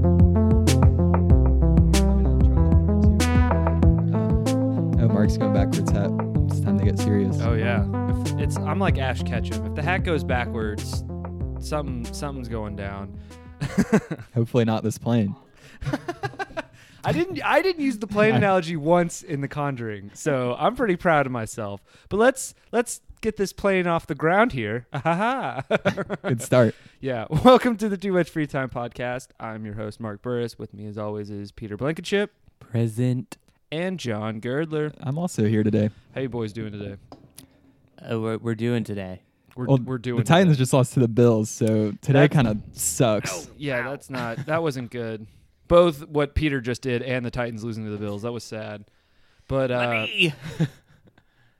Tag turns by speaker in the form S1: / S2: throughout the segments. S1: Um, oh,
S2: Oh, I'm like Ash Ketchum. If the hat goes backwards, something something's going down.
S1: Hopefully not this plane.
S2: I didn't I didn't use the plane analogy once in The Conjuring, so I'm pretty proud of myself. But let's let's get this plane off the ground here. Ha ha.
S1: Good start.
S2: Yeah. Welcome to the Too Much Free Time podcast. I'm your host Mark Burris. With me as always is Peter Blankenship
S3: Present.
S2: and John Girdler.
S1: I'm also here today.
S2: How you boys doing today?
S3: Uh, we're, we're doing today.
S2: We're
S1: Well,
S2: we're doing
S1: The Titans
S2: today.
S1: just lost to the Bills, so today
S2: That's-
S1: kind of sucks.
S2: Yeah, that's not that wasn't good. Both what Peter just did and the Titans losing to the Bills, that was sad. But uh,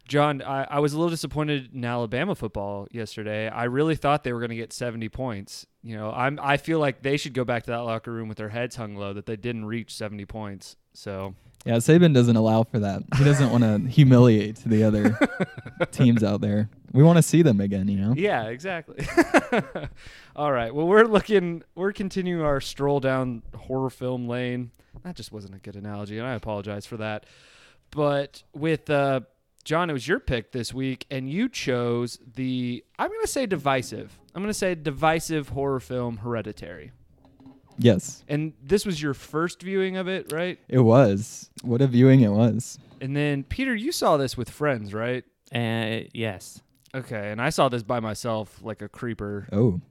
S2: John, I, I was a little disappointed in Alabama football yesterday. I really thought they were going to get 70 points. You know, I'm I feel like they should go back to that locker room with their heads hung low that they didn't reach 70 points. So
S1: Yeah, Saban doesn't allow for that. He doesn't want to humiliate the other teams out there. We want to see them again, you know.
S2: yeah, exactly. All right. Well, we're looking. We're continuing our stroll down horror film lane. That just wasn't a good analogy, and I apologize for that. But with uh, John, it was your pick this week, and you chose the. I'm going to say divisive. I'm going to say divisive horror film, Hereditary.
S1: Yes,
S2: And this was your first viewing of it, right?
S1: it was. What a viewing it was.
S2: And then Peter, you saw this with friends, right?
S3: Uh, yes.
S2: Okay, and I saw this by myself, like a creeper.
S1: Oh,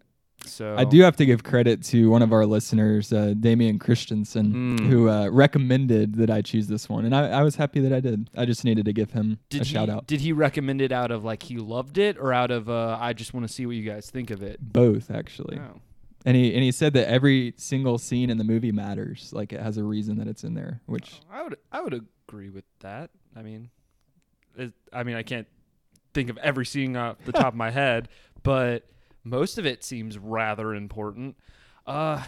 S2: So
S1: I do have to give credit to one of our listeners, uh, Damian Christensen,
S2: Mm.
S1: who uh, recommended that I choose this one, and I, I was happy that I did. I just needed to give him
S2: Did
S1: a
S2: he,
S1: shout out.
S2: Did he recommend it out of like he loved it, or out of uh, I just want to see what you guys think of it?
S1: Both actually.
S2: Oh.
S1: And he and he said that every single scene in the movie matters. Like it has a reason that it's in there. Which
S2: I would I would agree with that. I mean, it, I mean I can't think of every scene off the top of my head, but most of it seems rather important. Uh,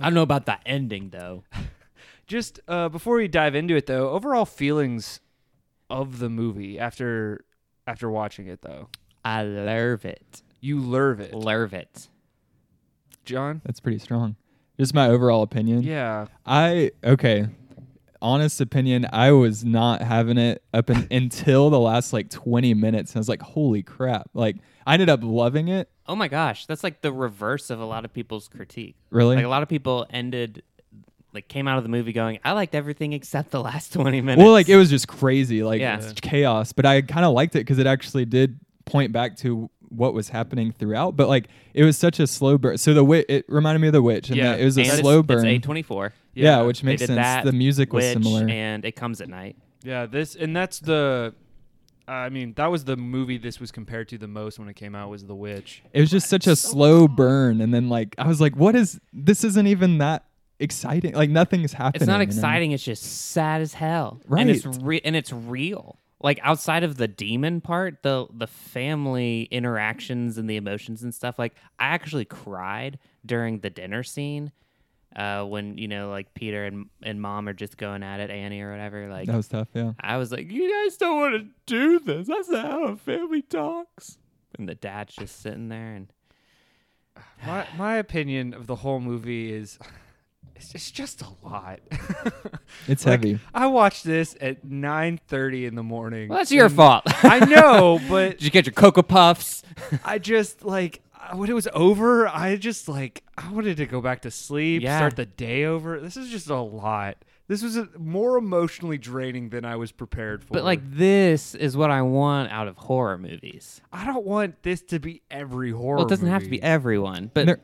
S3: I don't know about the ending though.
S2: just uh, before we dive into it though, overall feelings of the movie after after watching it though.
S3: I love it.
S2: You love it,
S3: Love it.
S2: John.
S1: that's pretty strong. Just my overall opinion.
S2: Yeah,
S1: I okay. Honest opinion, I was not having it up in, until the last like 20 minutes. And I was like, holy crap. Like I ended up loving it.
S3: Oh my gosh, that's like the reverse of a lot of people's critique.
S1: Really?
S3: Like a lot of people ended, like came out of the movie going, "I liked everything except the last twenty minutes."
S1: Well, like it was just crazy, like
S3: Yeah.
S1: it's chaos. But I kind of liked it because it actually did point back to what was happening throughout. But like it was such a slow burn. So the witch, it reminded me of the witch. And
S2: Yeah.
S1: that it was a
S3: And it's-
S1: slow
S3: It's
S1: burn.
S3: eight twenty four.
S1: yeah, which makes
S3: they did
S1: sense.
S3: That,
S1: the music was
S3: Witch,
S1: similar.
S3: and it comes at night.
S2: yeah. This and that's the. I mean, that was the movie this was compared to the most when it came out was The Witch.
S1: it was just such a slow burn. And then like I was like, what is this? Isn't even that exciting. Like nothing's happening.
S3: It's not
S1: you know?
S3: exciting. It's just sad as hell. And it's
S1: Right.
S3: re- and it's real. Like outside of the demon part, the the family interactions and the emotions and stuff. Like I actually cried during the dinner scene, uh, when you know like Peter and and mom are just going at it, Annie or whatever. Like
S1: That was tough. Yeah.
S3: I was like, you guys don't want to do this. That's not how a family talks. And the dad's just sitting there and
S2: My my opinion of the whole movie is, it's just, it's just a lot.
S1: It's
S2: Like,
S1: heavy.
S2: I watched this at nine thirty in the morning.
S3: well, that's your
S2: and
S3: fault.
S2: I know, but
S3: Did you get your cocoa puffs?
S2: I just like I- when it was over, I just like I wanted to go back to sleep,
S3: Yeah.
S2: start the day over. This is just a lot. This was a, more emotionally draining than I was prepared for.
S3: But like this is what I want out of horror movies.
S2: I don't want this to be every horror.
S3: Well, it doesn't have to
S2: movie.
S3: be everyone, but
S1: And there,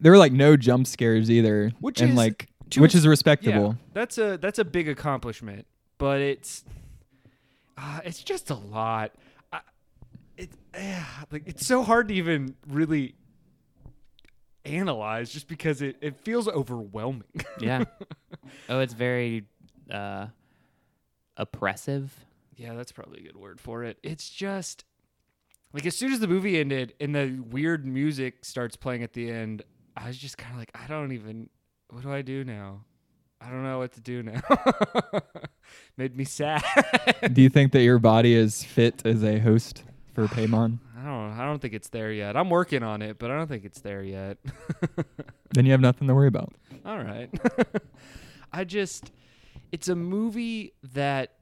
S1: there were like no jump scares either.
S2: Which
S1: and
S2: is-
S1: like,
S2: to
S1: which
S2: its-
S1: is respectable.
S2: Yeah, that's a that's a big accomplishment, but it's uh, it's just a lot. I, it eh, like it's so hard to even really analyze just because it, it feels overwhelming.
S3: yeah. Oh, it's very uh oppressive.
S2: yeah, that's probably a good word for it. It's just like as soon as the movie ended and the weird music starts playing at the end, I was just kind of like, I don't even. What do I do now? I don't know what to do now. Made me sad.
S1: Do you think that your body is fit as a host for Paymon?
S2: I don't. I don't think it's there yet. I'm working on it, but I don't think it's there yet.
S1: Then you have nothing to worry about.
S2: All right. I just. It's a movie that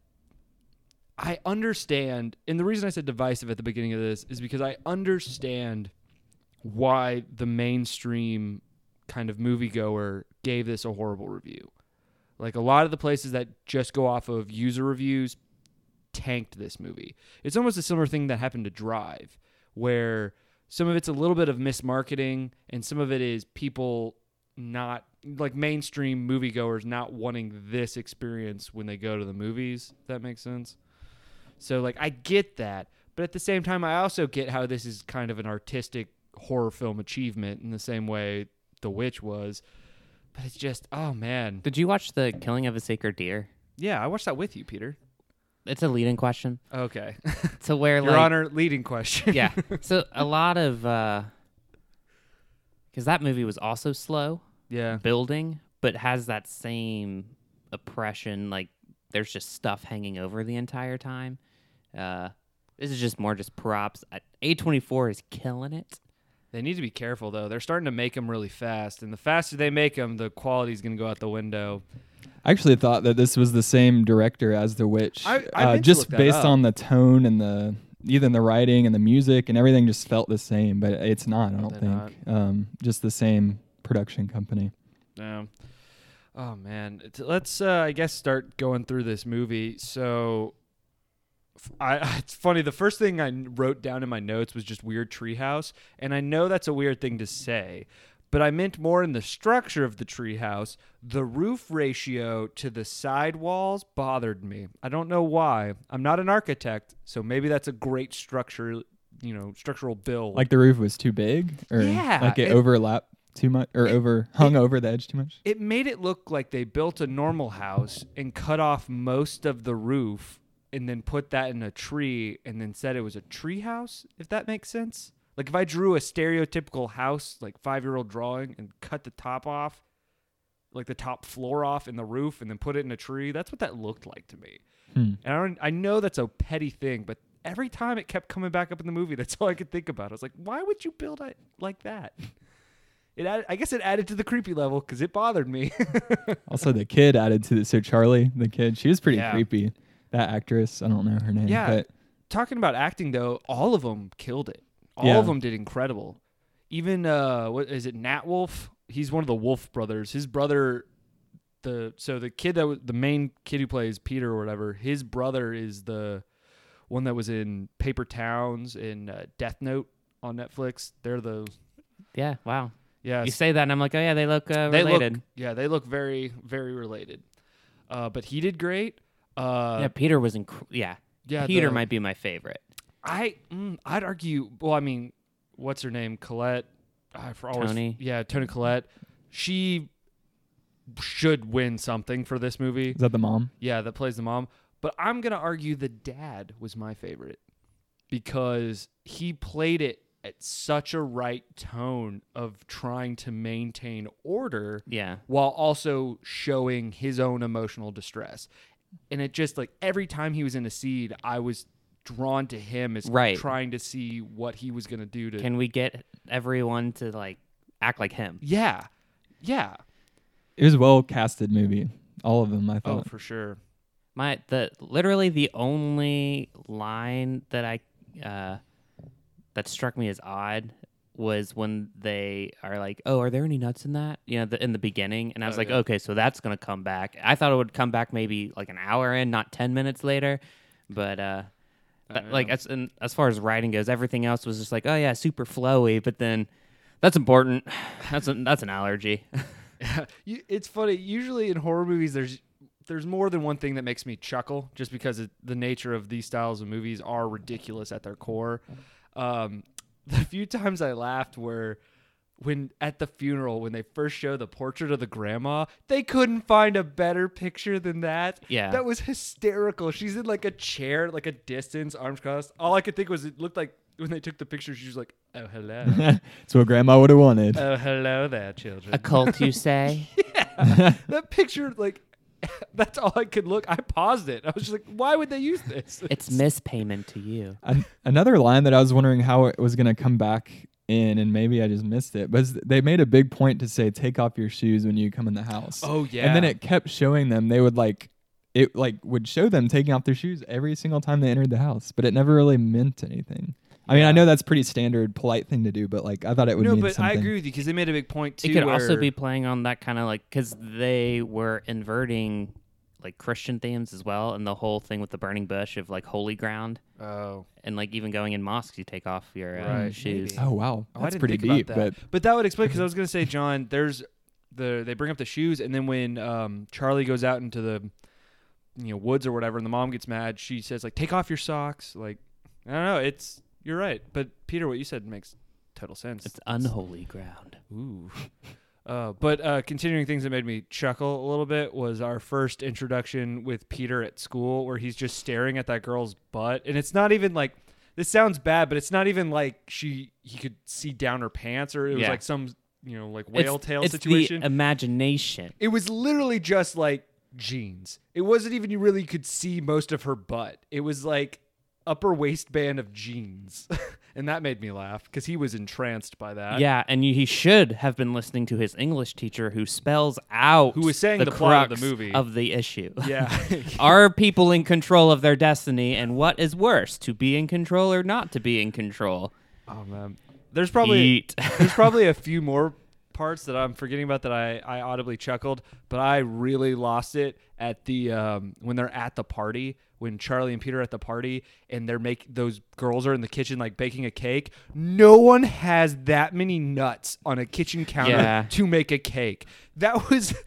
S2: I understand, and the reason I said divisive at the beginning of this is because I understand why the mainstream kind of moviegoer gave this a horrible review. Like a lot of the places that just go off of user reviews tanked this movie. It's almost a similar thing that happened to Drive, where some of it's a little bit of mismarketing and some of it is people not like mainstream moviegoers not wanting this experience when they go to the movies. If that makes sense. So like I get that, but at the same time I also get how this is kind of an artistic horror film achievement in the same way The Witch was. But it's just oh man.
S3: Did you watch the Killing of a Sacred Deer?
S2: Yeah, I watched that with you, Peter.
S3: It's a leading question
S2: Okay.
S3: to where
S2: Your
S3: like
S2: Honor, leading question.
S3: yeah. So a lot of because that movie was also slow
S2: yeah.
S3: building, but has that same oppression. Like there's just stuff hanging over the entire time. Uh, this is just more just props. A twenty four is killing it.
S2: They need to be careful though. They're starting to make them really fast, and the faster they make them, the quality's going to go out the window.
S1: I actually thought that this was the same director as The Witch,
S2: I- I
S1: uh,
S2: meant to look
S1: just
S2: that
S1: based
S2: up.
S1: on the tone and the even the writing and the music and everything just felt the same, but it's not. I don't
S2: they're
S1: think Um, just the same production company.
S2: No. Um, Oh man, It's- let's uh, I guess start going through this movie. So, f- I it's funny. The first thing I n- wrote down in my notes was just weird treehouse, and I know that's a weird thing to say, but I meant more in the structure of the treehouse. The roof ratio to the side walls bothered me. I don't know why. I'm not an architect, so maybe that's a great structure. You know, structural build.
S1: Like the roof was too big, or
S2: Yeah,
S1: like it,
S2: it-
S1: overlapped too much, or over hung over the edge too much.
S2: it made it look like they built a normal house and cut off most of the roof and then put that in a tree and then said it was a tree house if that makes sense like if i drew a stereotypical house like five year old drawing and cut the top off like the top floor off and the roof and then put it in a tree that's what that looked like to me
S1: Hmm.
S2: and I, don't, I know that's a petty thing but every time it kept coming back up in the movie that's all i could think about i was like why would you build it like that it added, i guess it added to the creepy level because it bothered me
S1: Also, the kid added to the so Charlie, the kid, she was pretty
S2: Yeah.
S1: creepy. That actress, I don't know her name,
S2: Yeah.
S1: but
S2: talking about acting though, all of them killed it. All
S1: Yeah.
S2: of them did incredible. Even uh, what is it? Nat Wolf. He's one of the Wolf brothers. His brother, the so the kid that was the main kid who plays Peter or whatever. His brother is the one that was in Paper Towns and uh, Death Note on Netflix. They're the
S3: Yeah. Wow.
S2: yeah
S3: You say that, and I'm like, oh yeah, they look uh,
S2: they
S3: related.
S2: look yeah they look very very related. Uh, but he did great. Uh,
S3: yeah, Peter was inc- yeah.
S2: yeah,
S3: Peter
S2: the-
S3: might be my favorite.
S2: I mm, I'd argue. Well, I mean, what's her name? Colette. I for always,
S3: Tony.
S2: Yeah, Tony Collette. She should win something for this movie.
S1: is that the mom?
S2: Yeah, that plays the mom. But I'm gonna argue the dad was my favorite because he played it at such a right tone of trying to maintain order
S3: Yeah.
S2: while also showing his own emotional distress. And it just like every time he was in a seed, I was drawn to him as
S3: Right.
S2: trying to see what he was going to do to.
S3: Can we get everyone to like act like him?
S2: yeah. Yeah.
S1: It was a well casted movie, all of them. I
S2: Oh,
S1: thought
S2: for sure.
S3: My the literally the only line that I uh, that struck me as odd was when they are like, "Oh, are there any nuts in that?" You know, the, in the beginning, and I was
S2: Oh,
S3: like,
S2: yeah.
S3: "Okay, so that's gonna come back." I thought it would come back maybe like an hour in, not ten minutes later, but uh, th-
S2: yeah.
S3: like as and as far as writing goes, everything else was just like, "Oh yeah, super flowy," but then. That's important. That's an that's an allergy.
S2: You, it's funny. Usually in horror movies, there's there's more than one thing that makes me chuckle, just because it, the nature of these styles of movies are ridiculous at their core. Um, the few times I laughed were when at the funeral when they first show the portrait of the grandma they couldn't find a better picture than that
S3: Yeah.
S2: that was hysterical she's in like a chair like a distance arms crossed all i could think was it looked like when they took the picture she was like oh hello
S1: it's what grandma would have wanted.
S2: oh hello there children
S3: A cult, you say?
S2: that picture like that's all I could look. I paused it. I was just like, why would they use this?
S3: it's mispayment to you.
S1: An- another line that I was wondering how it was going to come back in, and maybe I just missed it, but is- they made a big point to say, take off your shoes when you come in the house.
S2: Oh,
S1: And then
S2: yeah.
S1: it kept showing them, they would like it like would show them taking off their shoes every single time they entered the house, but it never really meant anything. I mean, I know that's pretty standard, polite thing to do, but like I thought it would
S2: No,
S1: mean
S2: but I
S1: something.
S2: agree with you because they made a big point too.
S3: it could also
S2: where-
S3: be playing on that kind of like because they were inverting like Christian themes as well, and the whole thing with the burning bush of like holy ground,
S2: Oh,
S3: and like even going in mosques, you take off your uh,
S2: Right,
S3: shoes.
S2: maybe.
S1: Oh wow,
S2: Oh, I
S1: that's
S2: didn't
S1: pretty
S2: think about
S1: deep.
S2: that. But that would explain because I was gonna say, John, there's the they bring up the shoes, and then when um, Charlie goes out into the you know woods or whatever, and the mom gets mad, she says like, "Take off your socks." Like, I don't know. It's you're right, but Peter, what you said makes total sense.
S3: It's unholy ground.
S2: Ooh. Uh, but uh, continuing things that made me chuckle a little bit was our first introduction with Peter at school, where he's just staring at that girl's butt, and it's not even like this sounds bad, but it's not even like she he could see down her pants, or it was
S3: Yeah.
S2: like some you know like whale
S3: it's,
S2: tail
S3: it's
S2: situation.
S3: The imagination.
S2: it was literally just like jeans. It wasn't even you really could see most of her butt. It was like upper waistband of jeans, and that made me laugh because he was entranced by that.
S3: yeah, and you, he should have been listening to his English teacher who spells out
S2: Who was saying the plot of the
S3: crux
S2: movie.
S3: of the issue.
S2: Yeah.
S3: Are people in control of their destiny, and what is worse, to be in control or not to be in control?
S2: Oh man, there's probably
S3: Eat.
S2: there's probably a few more parts that I'm forgetting about that I, I audibly chuckled, but I really lost it at the um, when they're at the party when Charlie and Peter are at the party and they're make those girls are in the kitchen like baking a cake. No one has that many nuts on a kitchen counter
S3: Yeah.
S2: to make a cake. That was.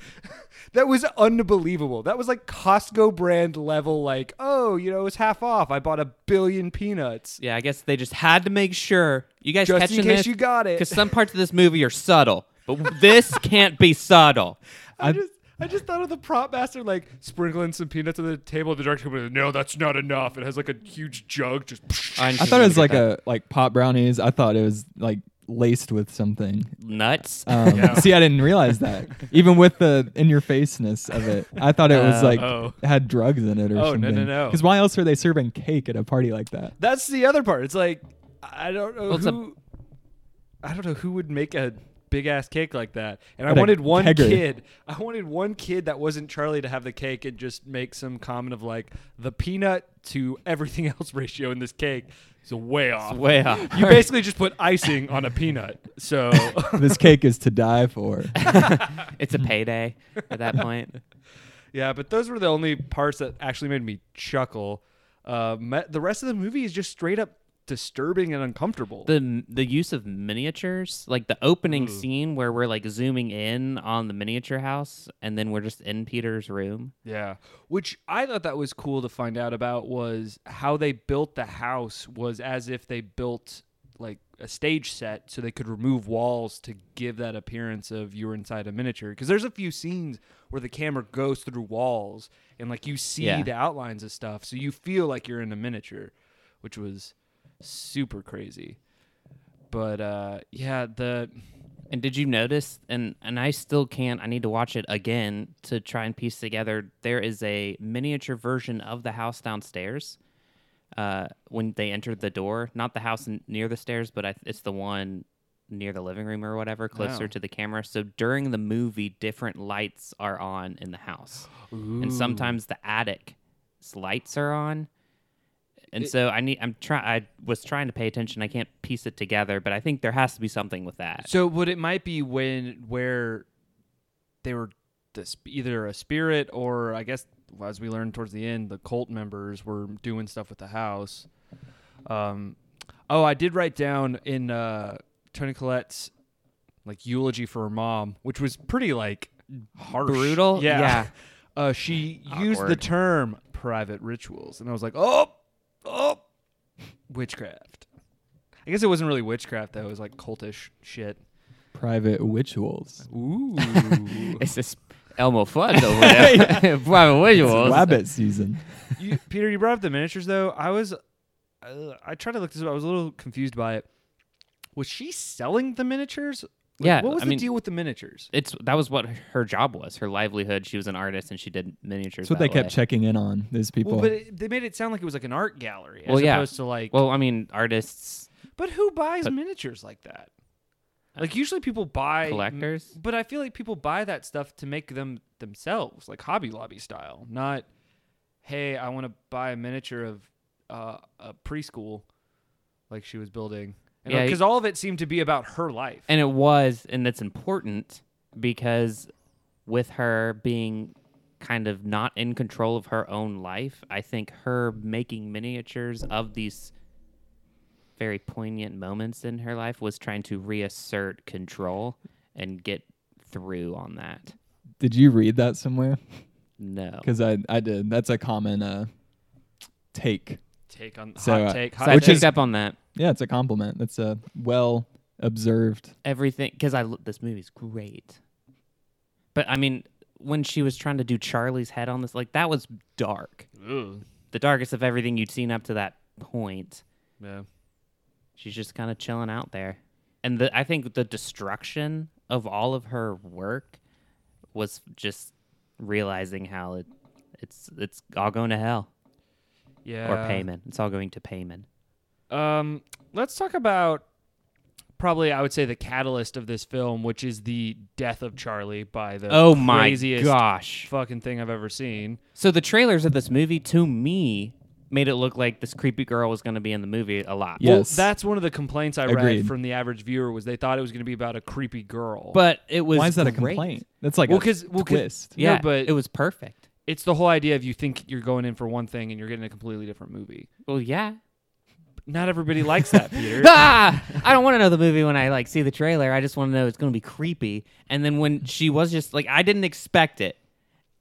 S2: That was unbelievable. That was like Costco brand level, like, oh, you know, it was half off. I bought a billion peanuts.
S3: Yeah, I guess they just had to make sure you guys
S2: Just in
S3: catching
S2: case
S3: this
S2: you got it.
S3: because some parts of this movie are subtle, but w- this can't be subtle.
S2: I just I just thought of the prop master like sprinkling some peanuts on the table. The director goes, "No, that's not enough." It has like a huge jug. Just
S1: I thought it was like a like pop brownies. I thought it was like laced with something.
S3: nuts.
S1: Um,
S2: Yeah.
S1: See, I didn't realize that. Even with the in your faceness of it, I thought it was like
S2: Oh.
S1: had drugs in it or
S2: Oh, no,
S1: something.
S2: no, no.
S1: Because why else are they serving cake at a party like that?
S2: that's the other part. It's like I don't know
S3: Well, it's a-
S2: who I don't know who would make a big ass cake like that. And I
S1: What a
S2: wanted one
S1: kegger.
S2: kid. I wanted one kid that wasn't Charlie to have the cake and just make some comment of like the peanut to everything else ratio in this cake is way off.
S3: Way off.
S2: you basically just put icing on a peanut. So
S1: this cake is to die for.
S3: it's a payday at that point.
S2: Yeah, but those were the only parts that actually made me chuckle. Uh, me- the rest of the movie is just straight up disturbing and uncomfortable.
S3: The the use of miniatures, like the opening scene where we're like zooming in on the miniature house, and then we're just in Peter's room.
S2: yeah, which I thought that was cool to find out about was how they built the house was as if they built like a stage set so they could remove walls to give that appearance of you were inside a miniature because there's a few scenes where the camera goes through walls and like you see
S3: Yeah.
S2: the outlines of stuff so you feel like you're in a miniature which was super crazy but uh yeah the
S3: And did you notice? And and I still can't. I need to watch it again to try and piece together. There is a miniature version of the house downstairs. Uh, when they entered the door, not the house n- near the stairs, but I, it's the one near the living room or whatever, closer
S2: Oh.
S3: to the camera. So during the movie, different lights are on in the house, and sometimes the attic s- lights are on. And so I need. I'm trying. I was trying to pay attention. I can't piece it together, but I think there has to be something with that.
S2: so what it might be when where they were this either a spirit or i guess as we learned towards the end the cult members were doing stuff with the house um oh i did write down in uh tony collette's like eulogy for her mom which was pretty like harsh
S3: Brutal?
S2: yeah,
S3: Yeah.
S2: Uh, she used the
S3: Awkward.
S2: term private rituals and i was like oh oh witchcraft I guess it wasn't really witchcraft though. It was like cultish shit.
S1: Private rituals.
S2: Ooh.
S3: It's this Elmo Fudd over there. Private
S1: It's
S3: visuals.
S1: rabbit season.
S2: you, Peter, you brought up the miniatures though. I was, uh, I tried to look this up. I was a little confused by it. Was she selling the miniatures? Like,
S3: Yeah,
S2: What was
S3: I
S2: the
S3: mean-
S2: deal with the miniatures?
S3: It's that was what her job was, her livelihood. She was an artist and she did miniatures.
S1: That's what
S3: that
S1: they kept
S3: way.
S1: checking in on. Those people.
S2: Well, but it, they made it sound like it was like an art gallery as
S3: Well, yeah.
S2: opposed to like.
S3: Well, I mean, artists.
S2: but who buys miniatures like that? Like usually people buy
S3: Collectors?
S2: but I feel like people buy that stuff to make them themselves, like Hobby Lobby style, not "Hey, I want to buy a miniature of uh, a preschool," like she was building,
S3: Yeah,
S2: because all of it seemed to be about her life.
S3: And it was, and that's important because with her being kind of not in control of her own life, I think her making miniatures of these very poignant moments in her life was trying to reassert control and get through on that.
S1: Did you read that somewhere?
S3: No.
S1: Because I I did. That's a common uh take.
S2: take on
S1: So,
S2: hot
S1: uh,
S2: take,
S3: So
S2: hot
S3: I
S1: Which
S3: picked
S2: take.
S1: is-
S3: up on that.
S1: Yeah, it's a compliment. That's a well observed.
S3: everything because I lo- this movie's great. But I mean, when she was trying to do Charlie's head on this, like that was dark,
S2: Ooh,
S3: the darkest of everything you'd seen up to that point.
S2: yeah.
S3: She's just kind of chilling out there, and the, I think the destruction of all of her work was just realizing how it, it's it's all going to hell
S2: Yeah.
S3: or payment. It's all going to payment.
S2: Um, let's talk about probably I would say the catalyst of this film, which is the death of Charlie by the
S3: Oh my
S2: craziest
S3: gosh!
S2: fucking thing I've ever seen.
S3: So the trailers of this movie to me made it look like this creepy girl was going to be in the movie a lot.
S1: Yeah.
S2: Well,
S1: Yes.
S2: that's one of the complaints I read
S1: Agreed.
S2: from the average viewer was they thought it was going to be about a creepy girl.
S3: But it was
S1: Why is that a
S3: great.
S1: complaint? That's like
S2: Well,
S1: a
S2: 'cause- well, 'cause-
S1: twist.
S2: No,
S3: Yeah,
S2: but-
S3: it was perfect.
S2: it's the whole idea of you think you're going in for one thing and you're getting a completely different movie.
S3: Well, yeah.
S2: But not everybody likes that, Peter.
S3: Ah! I don't want to know the movie when I like see the trailer. I just want to know it's going to be creepy. And then when she was just like, I didn't expect it.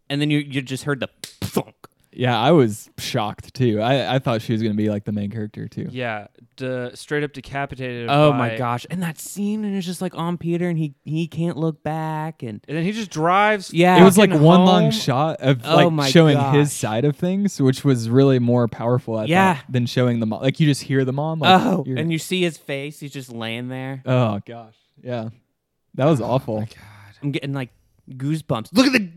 S3: And then you you just heard the thunk.
S1: Yeah, I was shocked too. I, I thought she was gonna be like the main character too.
S2: Yeah, de- straight up decapitated.
S3: Oh
S2: by-
S3: my gosh! And that scene and it's just like on Peter and he he can't look back and
S2: And then he just drives.
S3: yeah.
S1: It was like
S2: Fucking
S1: one
S2: home.
S1: long shot of
S3: Oh my
S1: like showing
S3: gosh.
S1: his side of things, which was really more powerful. I
S3: Yeah.
S1: thought, than showing the mom. Like you just hear the mom. Like,
S3: oh,
S1: you're-
S3: and you see his face. He's just laying there.
S1: oh gosh, yeah, that was awful.
S3: I'm getting like goosebumps. Look at the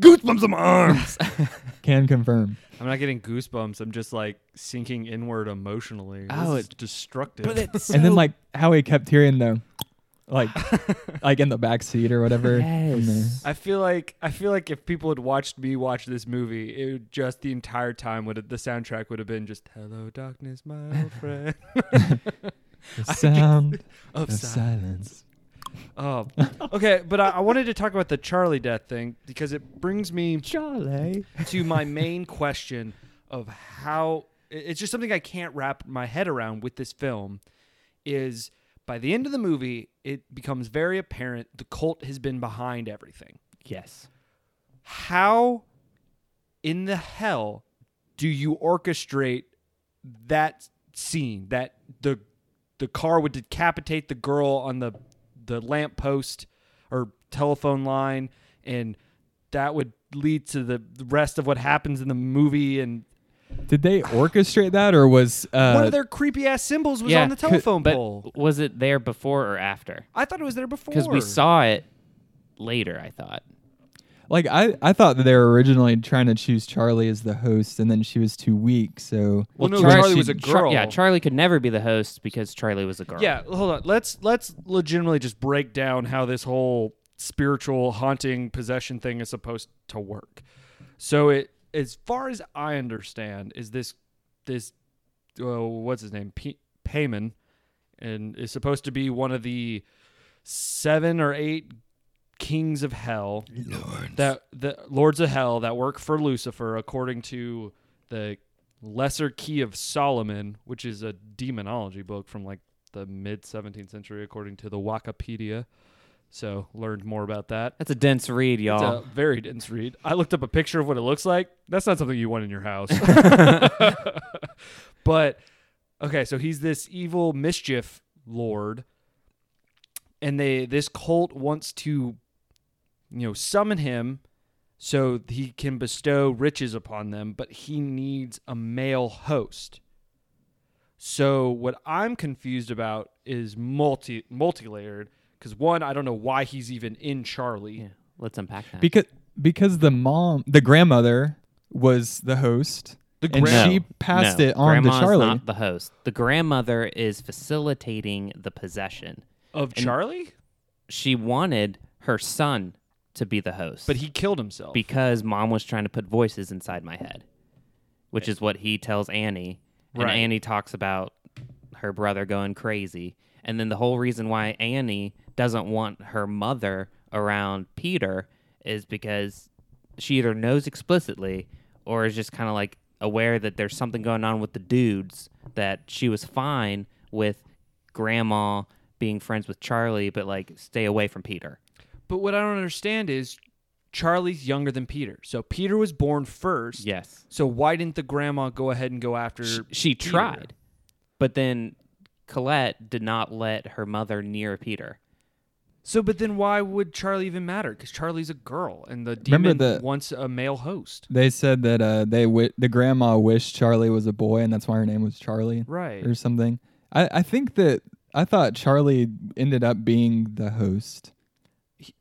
S3: goosebumps on my arms.
S1: Can confirm.
S2: I'm not getting goosebumps. I'm just like sinking inward emotionally.
S3: Oh,
S2: this is
S3: it-
S2: destructive.
S1: and then like how he kept hearing the, like, like in the back seat or whatever. from the-
S3: yes.
S2: I feel like I feel like if people had watched me watch this movie, it would just the entire time would the soundtrack would have been just "Hello, darkness, my old friend."
S1: The sound
S2: Of
S1: of silence.
S2: oh, okay. But I, I wanted to talk about the Charlie death thing because it brings me
S1: Charlie.
S2: to my main question of how i- it's just something I can't wrap my head around with this film is by the end of the movie it becomes very apparent the cult has been behind everything.
S3: Yes.
S2: How in the hell do you orchestrate that scene that the the car would decapitate the girl on the the lamppost or telephone line and that would lead to the the rest of what happens in the movie and
S1: Did they orchestrate that or was uh,
S2: one of their creepy ass symbols was
S3: yeah,
S2: on the
S3: could-
S2: telephone
S3: But
S2: pole.
S3: was it there before or after?
S2: I thought it was there before.
S3: Because we saw it later, I thought.
S1: Like I, I thought that they were originally trying to choose Charlie as the host, and then she was too weak. So
S2: Well, no,
S1: When
S2: Charlie
S1: she-
S2: was a
S3: Char- yeah,
S2: girl.
S3: Charlie could never be the host because Charlie was a girl.
S2: Yeah, hold on. Let's let's legitimately just break down how this whole spiritual haunting possession thing is supposed to work. So it, as far as I understand, is this this uh, what's his name P- Payman, and is supposed to be one of the seven or eight kings of hell that the lords of hell that work for Lucifer according to the Lesser Key of Solomon, which is a demonology book from like the mid 17th century according to the Wikipedia. So learned more about that.
S3: That's a dense read,
S2: It's
S3: y'all.
S2: a very dense read. I looked up a picture of what it looks like. That's not something you want in your house. but okay, so he's this evil mischief lord, and they this cult wants to, you know, summon him so he can bestow riches upon them, but he needs a male host. So what I'm confused about is multi multi layered because one, I don't know why he's even in Charlie.
S3: yeah. Let's unpack that.
S1: because because the mom, the grandmother was the host, and
S3: No,
S1: she passed
S3: no.
S1: it on
S3: Grandma's
S1: to Charlie.
S3: not the host. The grandmother is facilitating the possession.
S2: Of Charlie?
S3: She wanted her son to be the host.
S2: But he killed himself.
S3: because mom was trying to put voices inside my head. which is what he tells Annie. And
S2: Right.
S3: Annie talks about her brother going crazy. And then the whole reason why Annie doesn't want her mother around Peter is because she either knows explicitly or is just kind of like aware that there's something going on with the dudes that she was fine with grandma being friends with Charlie, but like stay away from Peter.
S2: But what I don't understand is Charlie's younger than Peter. So Peter was born first.
S3: Yes.
S2: So why didn't the grandma go ahead and go after
S3: Sh- she
S2: Peter?
S3: tried, but then Colette did not let her mother near Peter.
S2: So but then why would Charlie even matter? Cuz Charlie's a girl and the demon
S1: Remember the-
S2: wants a male host.
S1: They said that uh, they wi- the grandma wished Charlie was a boy, and that's why her name was Charlie
S2: Right.
S1: or something. I, I think that I thought Charlie ended up being the host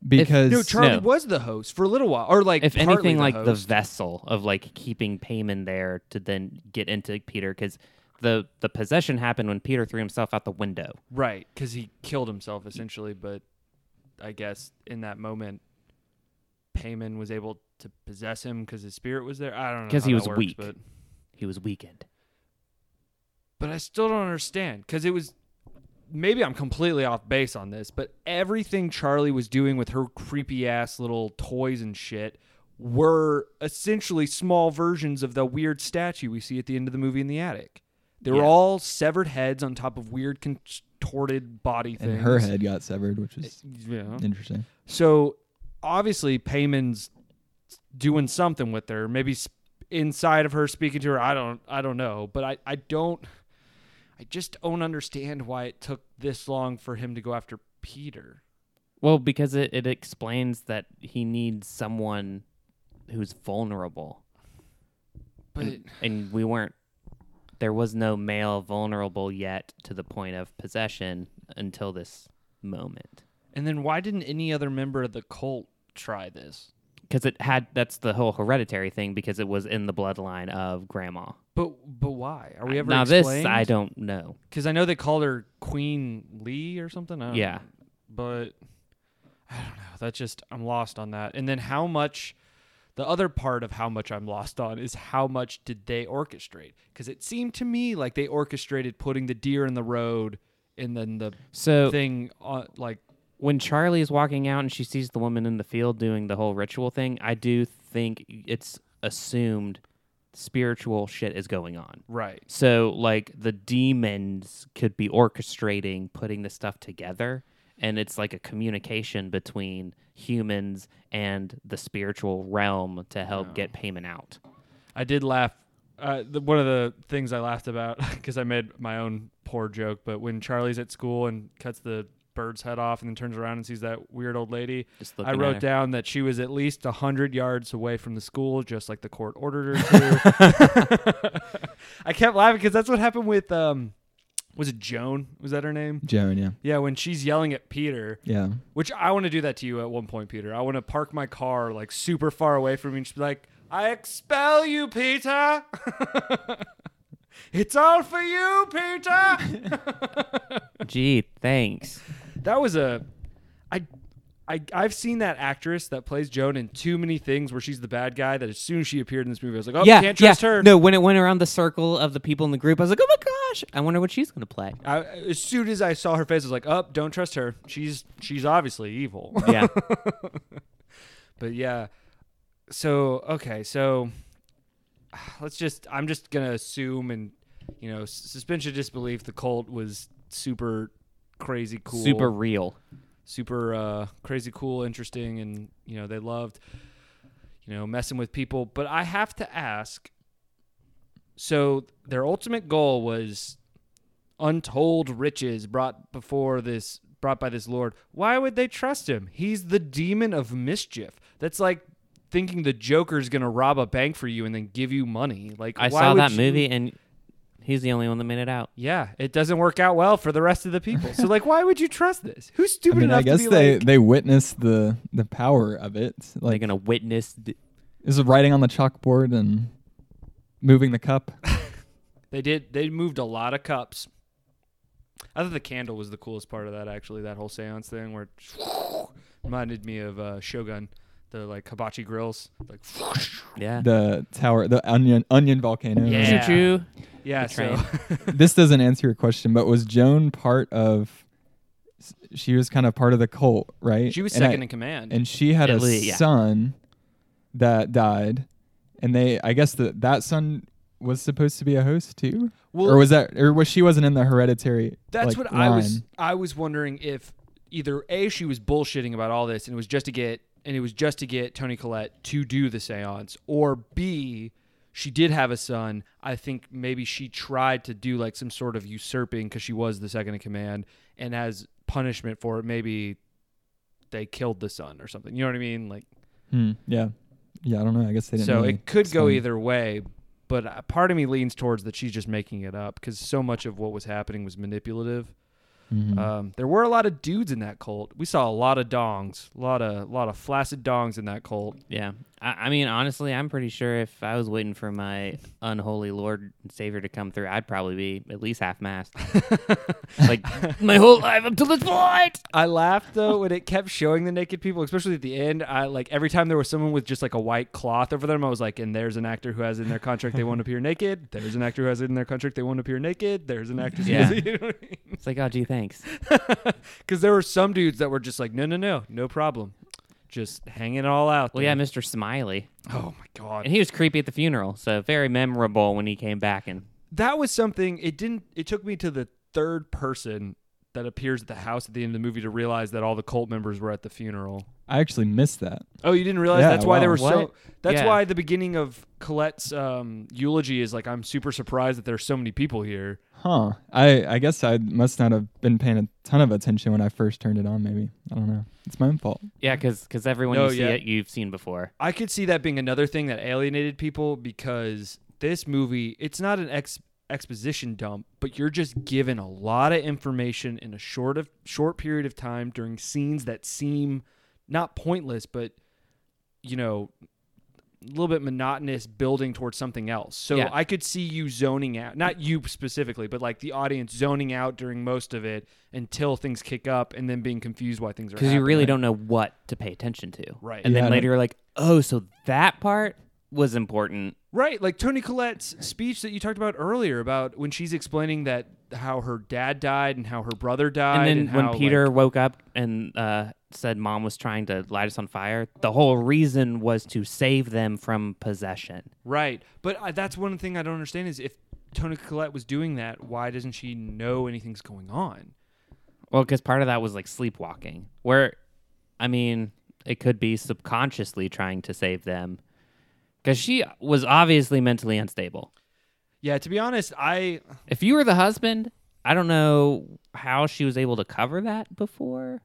S1: because
S2: no, Charlie
S3: No.
S2: was the host for a little while or like
S3: If
S2: partly
S3: anything,
S2: the
S3: like the
S2: host.
S3: vessel of like keeping Payman there to then get into Peter, because the the possession happened when Peter threw himself out the window.
S2: right cuz he killed himself essentially, but I guess in that moment Payman was able to possess him cuz his spirit was there. I don't know
S3: 'Cause
S2: how
S3: he
S2: that
S3: was
S2: works,
S3: weak.
S2: but
S3: He was weakened.
S2: but I still don't understand because it was maybe I'm completely off base on this, but everything Charlie was doing with her creepy ass little toys and shit were essentially small versions of the weird statue we see at the end of the movie in the attic. They were
S3: Yeah.
S2: all severed heads on top of weird contorted body things.
S1: and her head got severed, which was
S2: Yeah.
S1: interesting.
S2: So obviously Payman's doing something with her, maybe sp- inside of her speaking to her. I don't I don't know, but I I don't I just don't understand why it took this long for him to go after Peter.
S3: Well, because it, it explains that he needs someone who's vulnerable,
S2: But
S3: and we weren't. There was no male vulnerable yet to the point of possession until this moment.
S2: and then why didn't any other member of the cult try this?
S3: because it had that's the whole hereditary thing because it was in the bloodline of grandma.
S2: But but why? Are we ever
S3: Uh, now this
S2: explained?
S3: I don't know.
S2: Cuz I know they called her Queen Lee or something. I don't
S3: Yeah,
S2: but I don't know. That's just I'm lost on that. And then how much the other part of how much I'm lost on is how much did they orchestrate? Because it seemed to me like they orchestrated putting the deer in the road and then the
S3: so
S2: thing on like
S3: when Charlie is walking out and she sees the woman in the field doing the whole ritual thing, I do think it's assumed spiritual shit is going on.
S2: right.
S3: So like the demons could be orchestrating putting this stuff together and it's like a communication between humans and the spiritual realm to help
S2: Oh.
S3: get payment out.
S2: I did laugh. Uh, the, one of the things I laughed about because I made my own poor joke, but when Charlie's at school and cuts the bird's head off and then turns around and sees that weird old lady,
S3: Just
S2: I
S3: looking at
S2: wrote
S3: her.
S2: down that she was at least 100 yards away from the school, just like the court ordered her to. I kept laughing because that's what happened with, um, was it Joan? Was that her name?
S1: Joan, yeah,
S2: Yeah, when she's yelling at Peter,
S1: yeah.
S2: which I want to do that to you at one point, Peter. I want to park my car like super far away from you and just be like, I expel you, Peter. it's all for you, Peter.
S3: Gee, thanks.
S2: that was a I I I've seen that actress that plays Joan in too many things where she's the bad guy that as soon as she appeared in this movie, I was like, Oh,
S3: yeah,
S2: can't trust
S3: yeah.
S2: her.
S3: No, when it went around the circle of the people in the group, I was like, oh my gosh, I wonder what she's gonna play.
S2: I, as soon as I saw her face, I was like, "Up, don't trust her. She's she's obviously evil."
S3: Yeah,
S2: But yeah. So, okay. So let's just, I'm just going to assume and, you know, s- suspension of disbelief the cult was super crazy cool.
S3: super real.
S2: super uh, crazy cool, interesting. And, you know, they loved, you know, messing with people. But I have to ask so their ultimate goal was untold riches brought before this brought by this lord why would they trust him he's the demon of mischief that's like thinking the joker's gonna rob a bank for you and then give you money like
S3: I
S2: why
S3: saw
S2: would
S3: that
S2: you-
S3: movie, and he's the only one that made it out.
S2: yeah it doesn't work out well for the rest of the people so like why would you trust this who's
S1: I
S2: stupid
S1: mean,
S2: enough
S1: I guess
S2: to be
S1: they
S2: like
S1: they witnessed the the power of it.
S3: They're
S1: Like
S3: gonna witness. D-
S1: is it writing on the chalkboard and moving the cup?
S2: They did. They moved a lot of cups. I thought the candle was the coolest part of that. Actually, that whole séance thing where it reminded me of uh, Shogun, the like hibachi grills. Like
S3: Yeah.
S1: The tower, the onion onion volcano.
S2: Yeah.
S3: Choo-choo.
S2: yeah, so
S1: This doesn't answer your question, but was Joan part of? s- She was kind of part of the cult, right?
S2: she was
S1: And I-
S2: second in command.
S1: and she had a
S3: Italy, yeah.
S1: son that died, and they I guess that that son was supposed to be a host too,
S2: Well-
S1: or was that or was she wasn't in the hereditary?
S2: That's
S1: like,
S2: what I was
S1: line?
S2: I was wondering if either A she was bullshitting about all this and it was just to get and it was just to get Tony Collette to do the séance or B she did have a son. I think maybe she tried to do like some sort of usurping cuz she was the second in command and as punishment for it maybe they killed the son or something. You know what I mean? Like
S1: Hmm, yeah, yeah. I don't know. I guess they didn't.
S2: so
S1: really
S2: it could go
S1: explain.
S2: either way, but uh, part of me leans towards that she's just making it up because so much of what was happening was manipulative.
S1: Mhm.
S2: Um, there were a lot of dudes in that cult. We saw a lot of dongs, a lot of lot of flaccid dongs in that cult.
S3: Yeah. I, I mean, honestly, I'm pretty sure if I was waiting for my unholy Lord and Savior to come through, I'd probably be at least half mast. like my whole life up to this point.
S2: I laughed though when it kept showing the naked people, especially at the end. I like every time there was someone with just like a white cloth over them, I was like, and there's an actor who has in their contract they won't appear naked. There's an actor who has it in their contract they won't appear naked. There's an actress.
S3: Yeah.
S2: Yeah.
S3: It's like, oh, gee, thanks.
S2: Because there were some dudes that were just like, no, no, no, no problem. Just hanging it all out.
S3: Well, yeah,
S2: there.
S3: Mr. Smiley.
S2: Oh, my God.
S3: And he was creepy at the funeral, so very memorable when he came back and
S2: That was something, it didn't, it took me to the third person that appears at the house at the end of the movie to realize that all the cult members were at the funeral.
S1: I actually missed that.
S2: Oh, you didn't realize
S1: Yeah,
S2: that's why they
S1: wow.
S2: were so.
S3: What?
S2: That's
S3: Yeah.
S2: why the beginning of Colette's um, eulogy is like, I'm super surprised that there's so many people here.
S1: Huh. I I guess I must not have been paying a ton of attention when I first turned it on. Maybe I don't know. It's my own fault.
S3: yeah, because everyone
S2: No,
S3: you see
S2: Oh, yeah.
S3: it, you've seen before.
S2: I could see that being another thing that alienated people because this movie, it's not an ex- exposition dump, but you're just given a lot of information in a short of short period of time during scenes that seem not pointless, but you know, a little bit monotonous building towards something else. So
S3: Yeah.
S2: I could see you zoning out, not you specifically, but like the audience zoning out during most of it until things kick up and then being confused why things are
S3: Because you
S2: happening.
S3: really don't know what to pay attention to.
S2: Right.
S3: And
S1: Yeah, I
S3: then
S1: don't-
S3: later you're like, oh, so that part was important.
S2: Right, like Tony Collette's speech that you talked about earlier about when she's explaining that how her dad died and how her brother died.
S3: and then when
S2: how,
S3: Peter
S2: like-
S3: woke up and uh, said mom was trying to light us on fire, the whole reason was to save them from possession.
S2: right, but I, that's one thing I don't understand is if Tony Collette was doing that, why doesn't she know anything's going on?
S3: Well, because part of that was like sleepwalking, where, I mean, it could be subconsciously trying to save them, because she was obviously mentally unstable.
S2: Yeah, to be honest, I
S3: If you were the husband, I don't know how she was able to cover that before,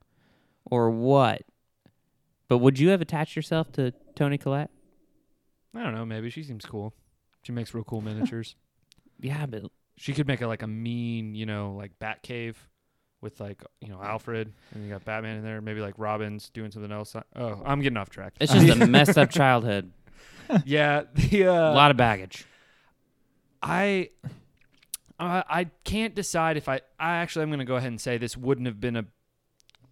S3: or what. But would you have attached yourself to Tony Collette?
S2: I don't know. Maybe she seems cool. She makes real cool miniatures.
S3: Yeah, but
S2: she could make a, like a mean, you know, like Batcave with like you know Alfred, and you got Batman in there. Maybe like Robin's doing something else. Oh, I'm getting off track.
S3: it's just a messed up childhood.
S2: yeah, the uh,
S3: a lot of baggage.
S2: I I I can't decide if I I actually I'm going to go ahead and say this wouldn't have been a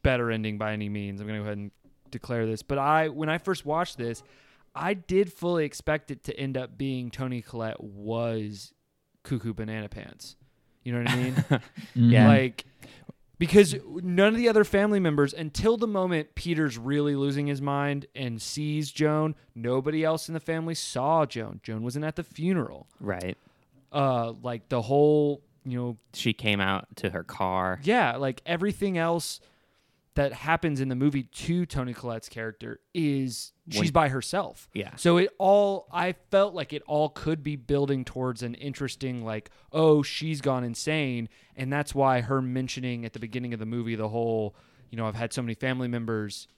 S2: better ending by any means. I'm going to go ahead and declare this. But I when I first watched this, I did fully expect it to end up being Tony Collette was cuckoo banana pants. You know what I mean?
S1: Mm-hmm.
S3: Yeah.
S2: Like because none of the other family members until the moment Peter's really losing his mind and sees Joan, nobody else in the family saw Joan. Joan wasn't at the funeral
S3: Right.
S2: uh like the whole you know
S3: She came out to her car.
S2: yeah like everything else that happens in the movie to Tony Collette's character is she's
S3: When-
S2: by herself.
S3: Yeah.
S2: So it all I felt like it all could be building towards an interesting like oh she's gone insane and that's why her mentioning at the beginning of the movie the whole you know I've had so many family members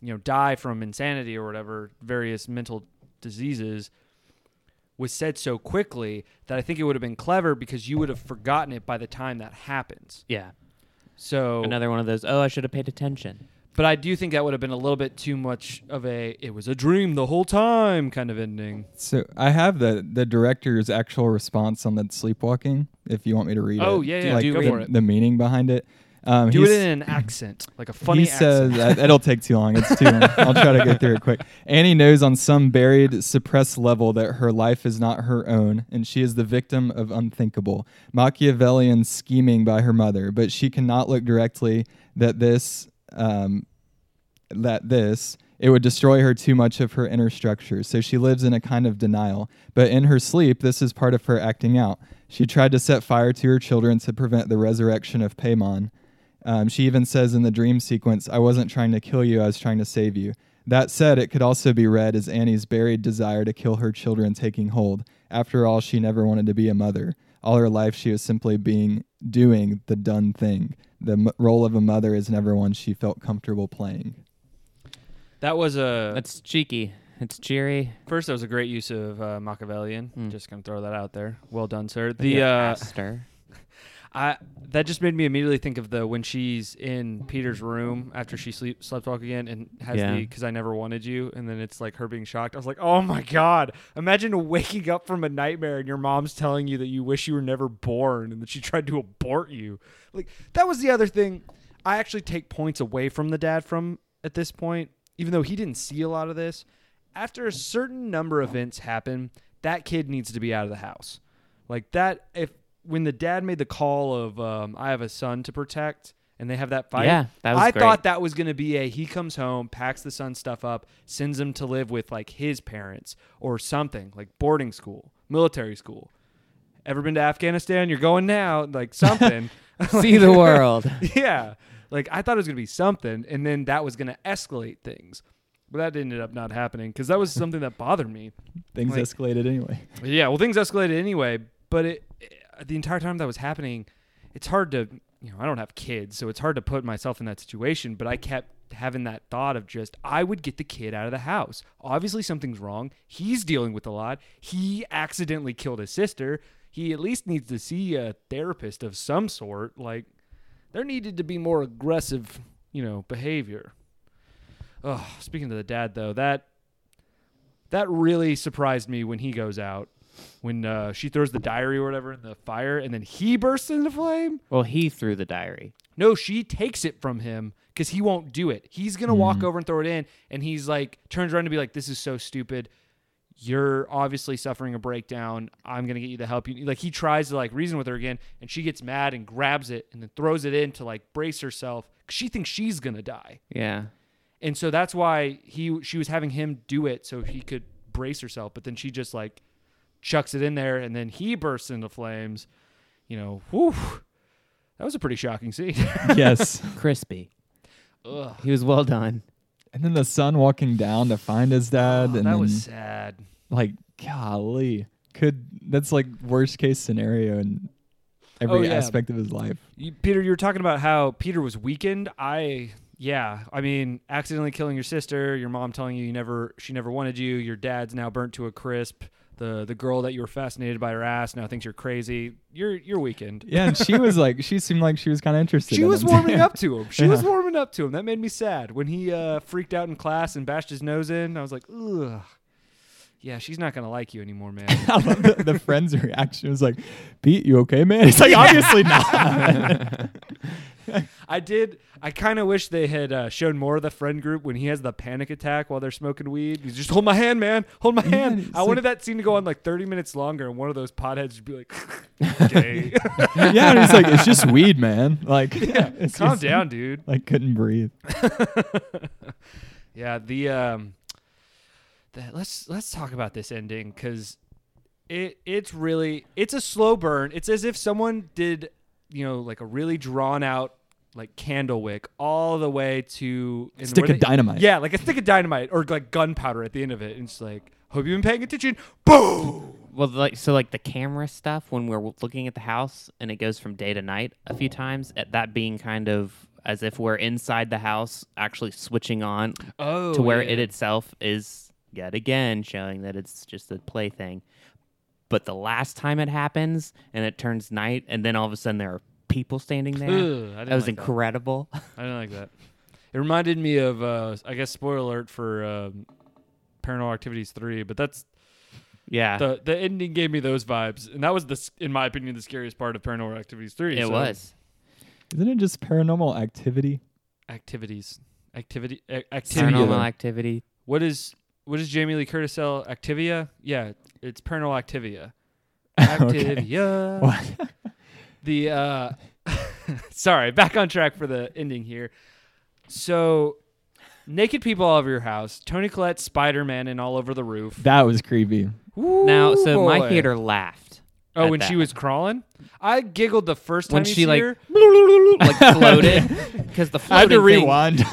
S2: you know die from insanity or whatever various mental diseases was said so quickly that I think it would have been clever because you would have forgotten it by the time that happens.
S3: Yeah.
S2: So
S3: Another one of those, oh, I should have paid attention.
S2: but I do think that would have been a little bit too much of a it was a dream the whole time kind of ending.
S1: So I have the the director's actual response on the sleepwalking. If you want me to read it,
S2: Oh, yeah, yeah,
S1: like
S2: do
S1: the,
S2: go for it.
S1: the meaning behind it. Um,
S2: Do it
S1: he's-
S2: in an accent, like a funny
S1: he says
S2: accent.
S1: that it'll take too long. It's too long. I'll try to get through it quick. Annie knows on some buried, suppressed level that her life is not her own, and she is the victim of unthinkable Machiavellian scheming by her mother. But she cannot look directly that this um, that this it would destroy her too much of her inner structure so she lives in a kind of denial but in her sleep this is part of her acting out she tried to set fire to her children to prevent the resurrection of paimon um, she even says in the dream sequence i wasn't trying to kill you i was trying to save you that said it could also be read as annie's buried desire to kill her children taking hold after all she never wanted to be a mother all her life she was simply being doing the done thing the m- role of a mother is never one she felt comfortable playing
S2: that was a
S3: That's cheeky. It's cheery.
S2: First, that was a great use of uh, Machiavellian.
S1: Hmm.
S2: Just gonna throw that out there. Well done, sir. The
S3: You
S2: uh,
S3: aster.
S2: I that just made me immediately think of the when she's in Peter's room after she sleep slept walk again and has
S3: Yeah.
S2: the because I never wanted you and then it's like her being shocked. I was like, oh my god! Imagine waking up from a nightmare and your mom's telling you that you wish you were never born and that she tried to abort you. Like that was the other thing. I actually take points away from the dad from at this point, even though he didn't see a lot of this. After a certain number of events happen, that kid needs to be out of the house. Like that, if when the dad made the call of um, "I have a son to protect," and they have that fight,
S3: Yeah, that was
S2: I
S3: great.
S2: thought that was going to be a he comes home, packs the son stuff up, sends him to live with like his parents or something like boarding school, military school. Ever been to Afghanistan? You're going now, like something.
S3: See the world.
S2: yeah, like I thought it was going to be something, and then that was going to escalate things. But that ended up not happening because that was something that bothered me.
S1: Things
S2: Like-
S1: escalated anyway.
S2: Yeah, well, things escalated anyway. But it, it- the entire time that was happening, it's hard to you know I don't have kids, so it's hard to put myself in that situation. But I kept having that thought of just I would get the kid out of the house. Obviously, something's wrong. He's dealing with a lot. He accidentally killed his sister. He at least needs to see a therapist of some sort. Like there needed to be more aggressive, you know, behavior. Oh, speaking to the dad though, that that really surprised me when he goes out when uh, she throws the diary or whatever in the fire and then he bursts into flame
S3: Well, he threw the diary.
S2: no she takes it from him because he won't do it he's gonna walk over and throw it in and he's like turns around to be like this is so stupid you're obviously suffering a breakdown i'm gonna get you the help you need like he tries to like reason with her again and she gets mad and grabs it and then throws it in to like brace herself 'cause she thinks she's gonna die
S3: Yeah.
S2: and so that's why he she was having him do it so he could brace herself but then she just like chucks it in there and then he bursts into flames you know whew that was a pretty shocking scene
S1: yes.
S3: Crispy.
S2: Ugh.
S3: He was well done.
S1: And then the son walking down to find his dad,
S2: Oh,
S1: and
S2: that
S1: then,
S2: was sad
S1: like, golly, could that's like worst case scenario in every
S2: Oh, yeah.
S1: aspect of his life.
S2: you, peter you were talking about how peter was weakened i yeah i mean accidentally killing your sister your mom telling you you never she never wanted you your dad's now burnt to a crisp the the girl that you were fascinated by her ass now thinks you're crazy you're you're weakened
S1: Yeah, and she was like, she seemed like she was kind of interested.
S2: She
S1: in
S2: was
S1: him.
S2: warming up to him. She was warming up to him. That made me sad when he uh, freaked out in class and bashed his nose in. I was like, ugh. Yeah, she's not gonna like you anymore, man.
S1: I love the, the friend's reaction It was like, "Pete, you okay, man?" It's like obviously not.
S2: I did. I kind of wish they had uh, shown more of the friend group when he has the panic attack while they're smoking weed. He's just hold my hand, man. Hold my hand.
S1: it's
S2: I wanted that scene to go on like 30 minutes longer, and one of those potheads would be like, "Okay,
S1: yeah, and he's like, "It's just weed, man." Like, it's
S2: calm
S1: just-
S2: down, dude."
S1: Like, couldn't breathe.
S2: Yeah, the um the, let's let's talk about this ending cuz it it's really it's a slow burn. It's as if someone did, you know, like a really drawn out like Candlewick all the way to and
S1: Stick
S2: where
S1: of dynamite.
S2: Yeah, like a stick of dynamite or like gunpowder at the end of it. And it's like, hope you've been paying attention. Boom.
S3: Well, like so, like the camera stuff when we're looking at the house and it goes from day to night a few times. At that being kind of as if we're inside the house, actually switching on
S2: Oh,
S3: to where
S2: yeah.
S3: it itself is yet again showing that it's just a plaything. But the last time it happens and it turns night, and then all of a sudden there are people standing there.
S2: Ugh, I didn't
S3: that was
S2: like
S3: incredible.
S2: I didn't like that. It reminded me of, uh, I guess, spoiler alert for um, Paranormal Activities three, but that's
S3: yeah,
S2: the the ending gave me those vibes, and that was the s- in my opinion the scariest part of Paranormal Activities three.
S3: it
S2: so-
S3: was.
S1: Isn't it just paranormal activity?
S2: Activities, activity, a-
S1: Singular.
S2: activity.
S3: Paranormal activity.
S2: What is what is Jamie Lee Curtis sell? Activia? Yeah, it's paranormal activia.
S1: Okay.
S2: Activia.
S1: What?
S2: the uh sorry back on track for the ending here so naked people all over your house tony collette spider-man and all over the roof
S1: that was creepy.
S2: Woo,
S3: Now, so my
S2: boy.
S3: theater laughed.
S2: oh
S3: at
S2: when she
S3: that.
S2: was crawling i giggled the first time
S3: when
S2: you
S3: she
S2: see
S3: like,
S2: her.
S3: like floated because the floating
S1: I have to
S3: thing-
S1: rewind.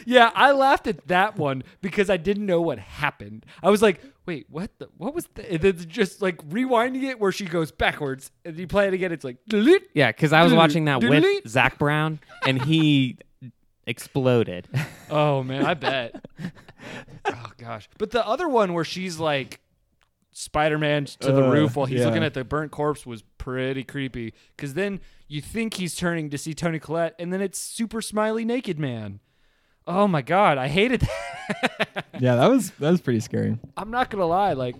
S2: yeah i laughed at that one because i didn't know what happened i was like wait what the, what was the, and then just like rewinding it where she goes backwards and you play it again it's like delete
S3: Yeah, because I was watching that with
S2: Doodly.
S3: Zach Brown, and he exploded.
S2: Oh man, I bet. oh gosh. But the other one where she's like Spider-Man to the
S1: Uh,
S2: roof while he's
S1: yeah.
S2: looking at the burnt corpse was pretty creepy cuz then you think he's turning to see Tony Collette and then it's super smiley naked man. Oh my god, I hated that.
S1: yeah, that was that was pretty scary.
S2: I'm not going to lie, like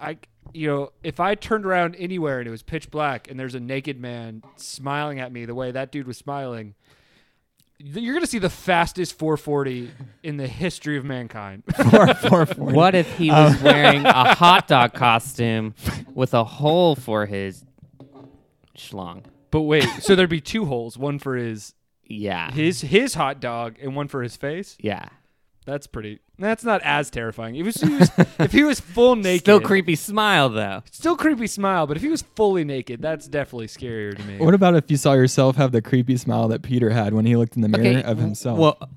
S2: I you know, if I turned around anywhere and it was pitch black and there's a naked man smiling at me the way that dude was smiling, th- you're going to see the fastest 440 in the history of mankind.
S1: Four, four, four.
S3: What if he was wearing a hot dog costume with a hole for his schlong?
S2: But wait, so there'd be two holes, one for his
S3: Yeah.
S2: his his hot dog and one for his face.
S3: Yeah. That's pretty.
S2: That's not as terrifying. If he was, if he was full naked,
S3: Still creepy smile though.
S2: still creepy smile. But if he was fully naked, that's definitely scarier to me.
S1: What about if you saw yourself have the creepy smile that Peter had when he looked in the mirror of himself?
S3: Well,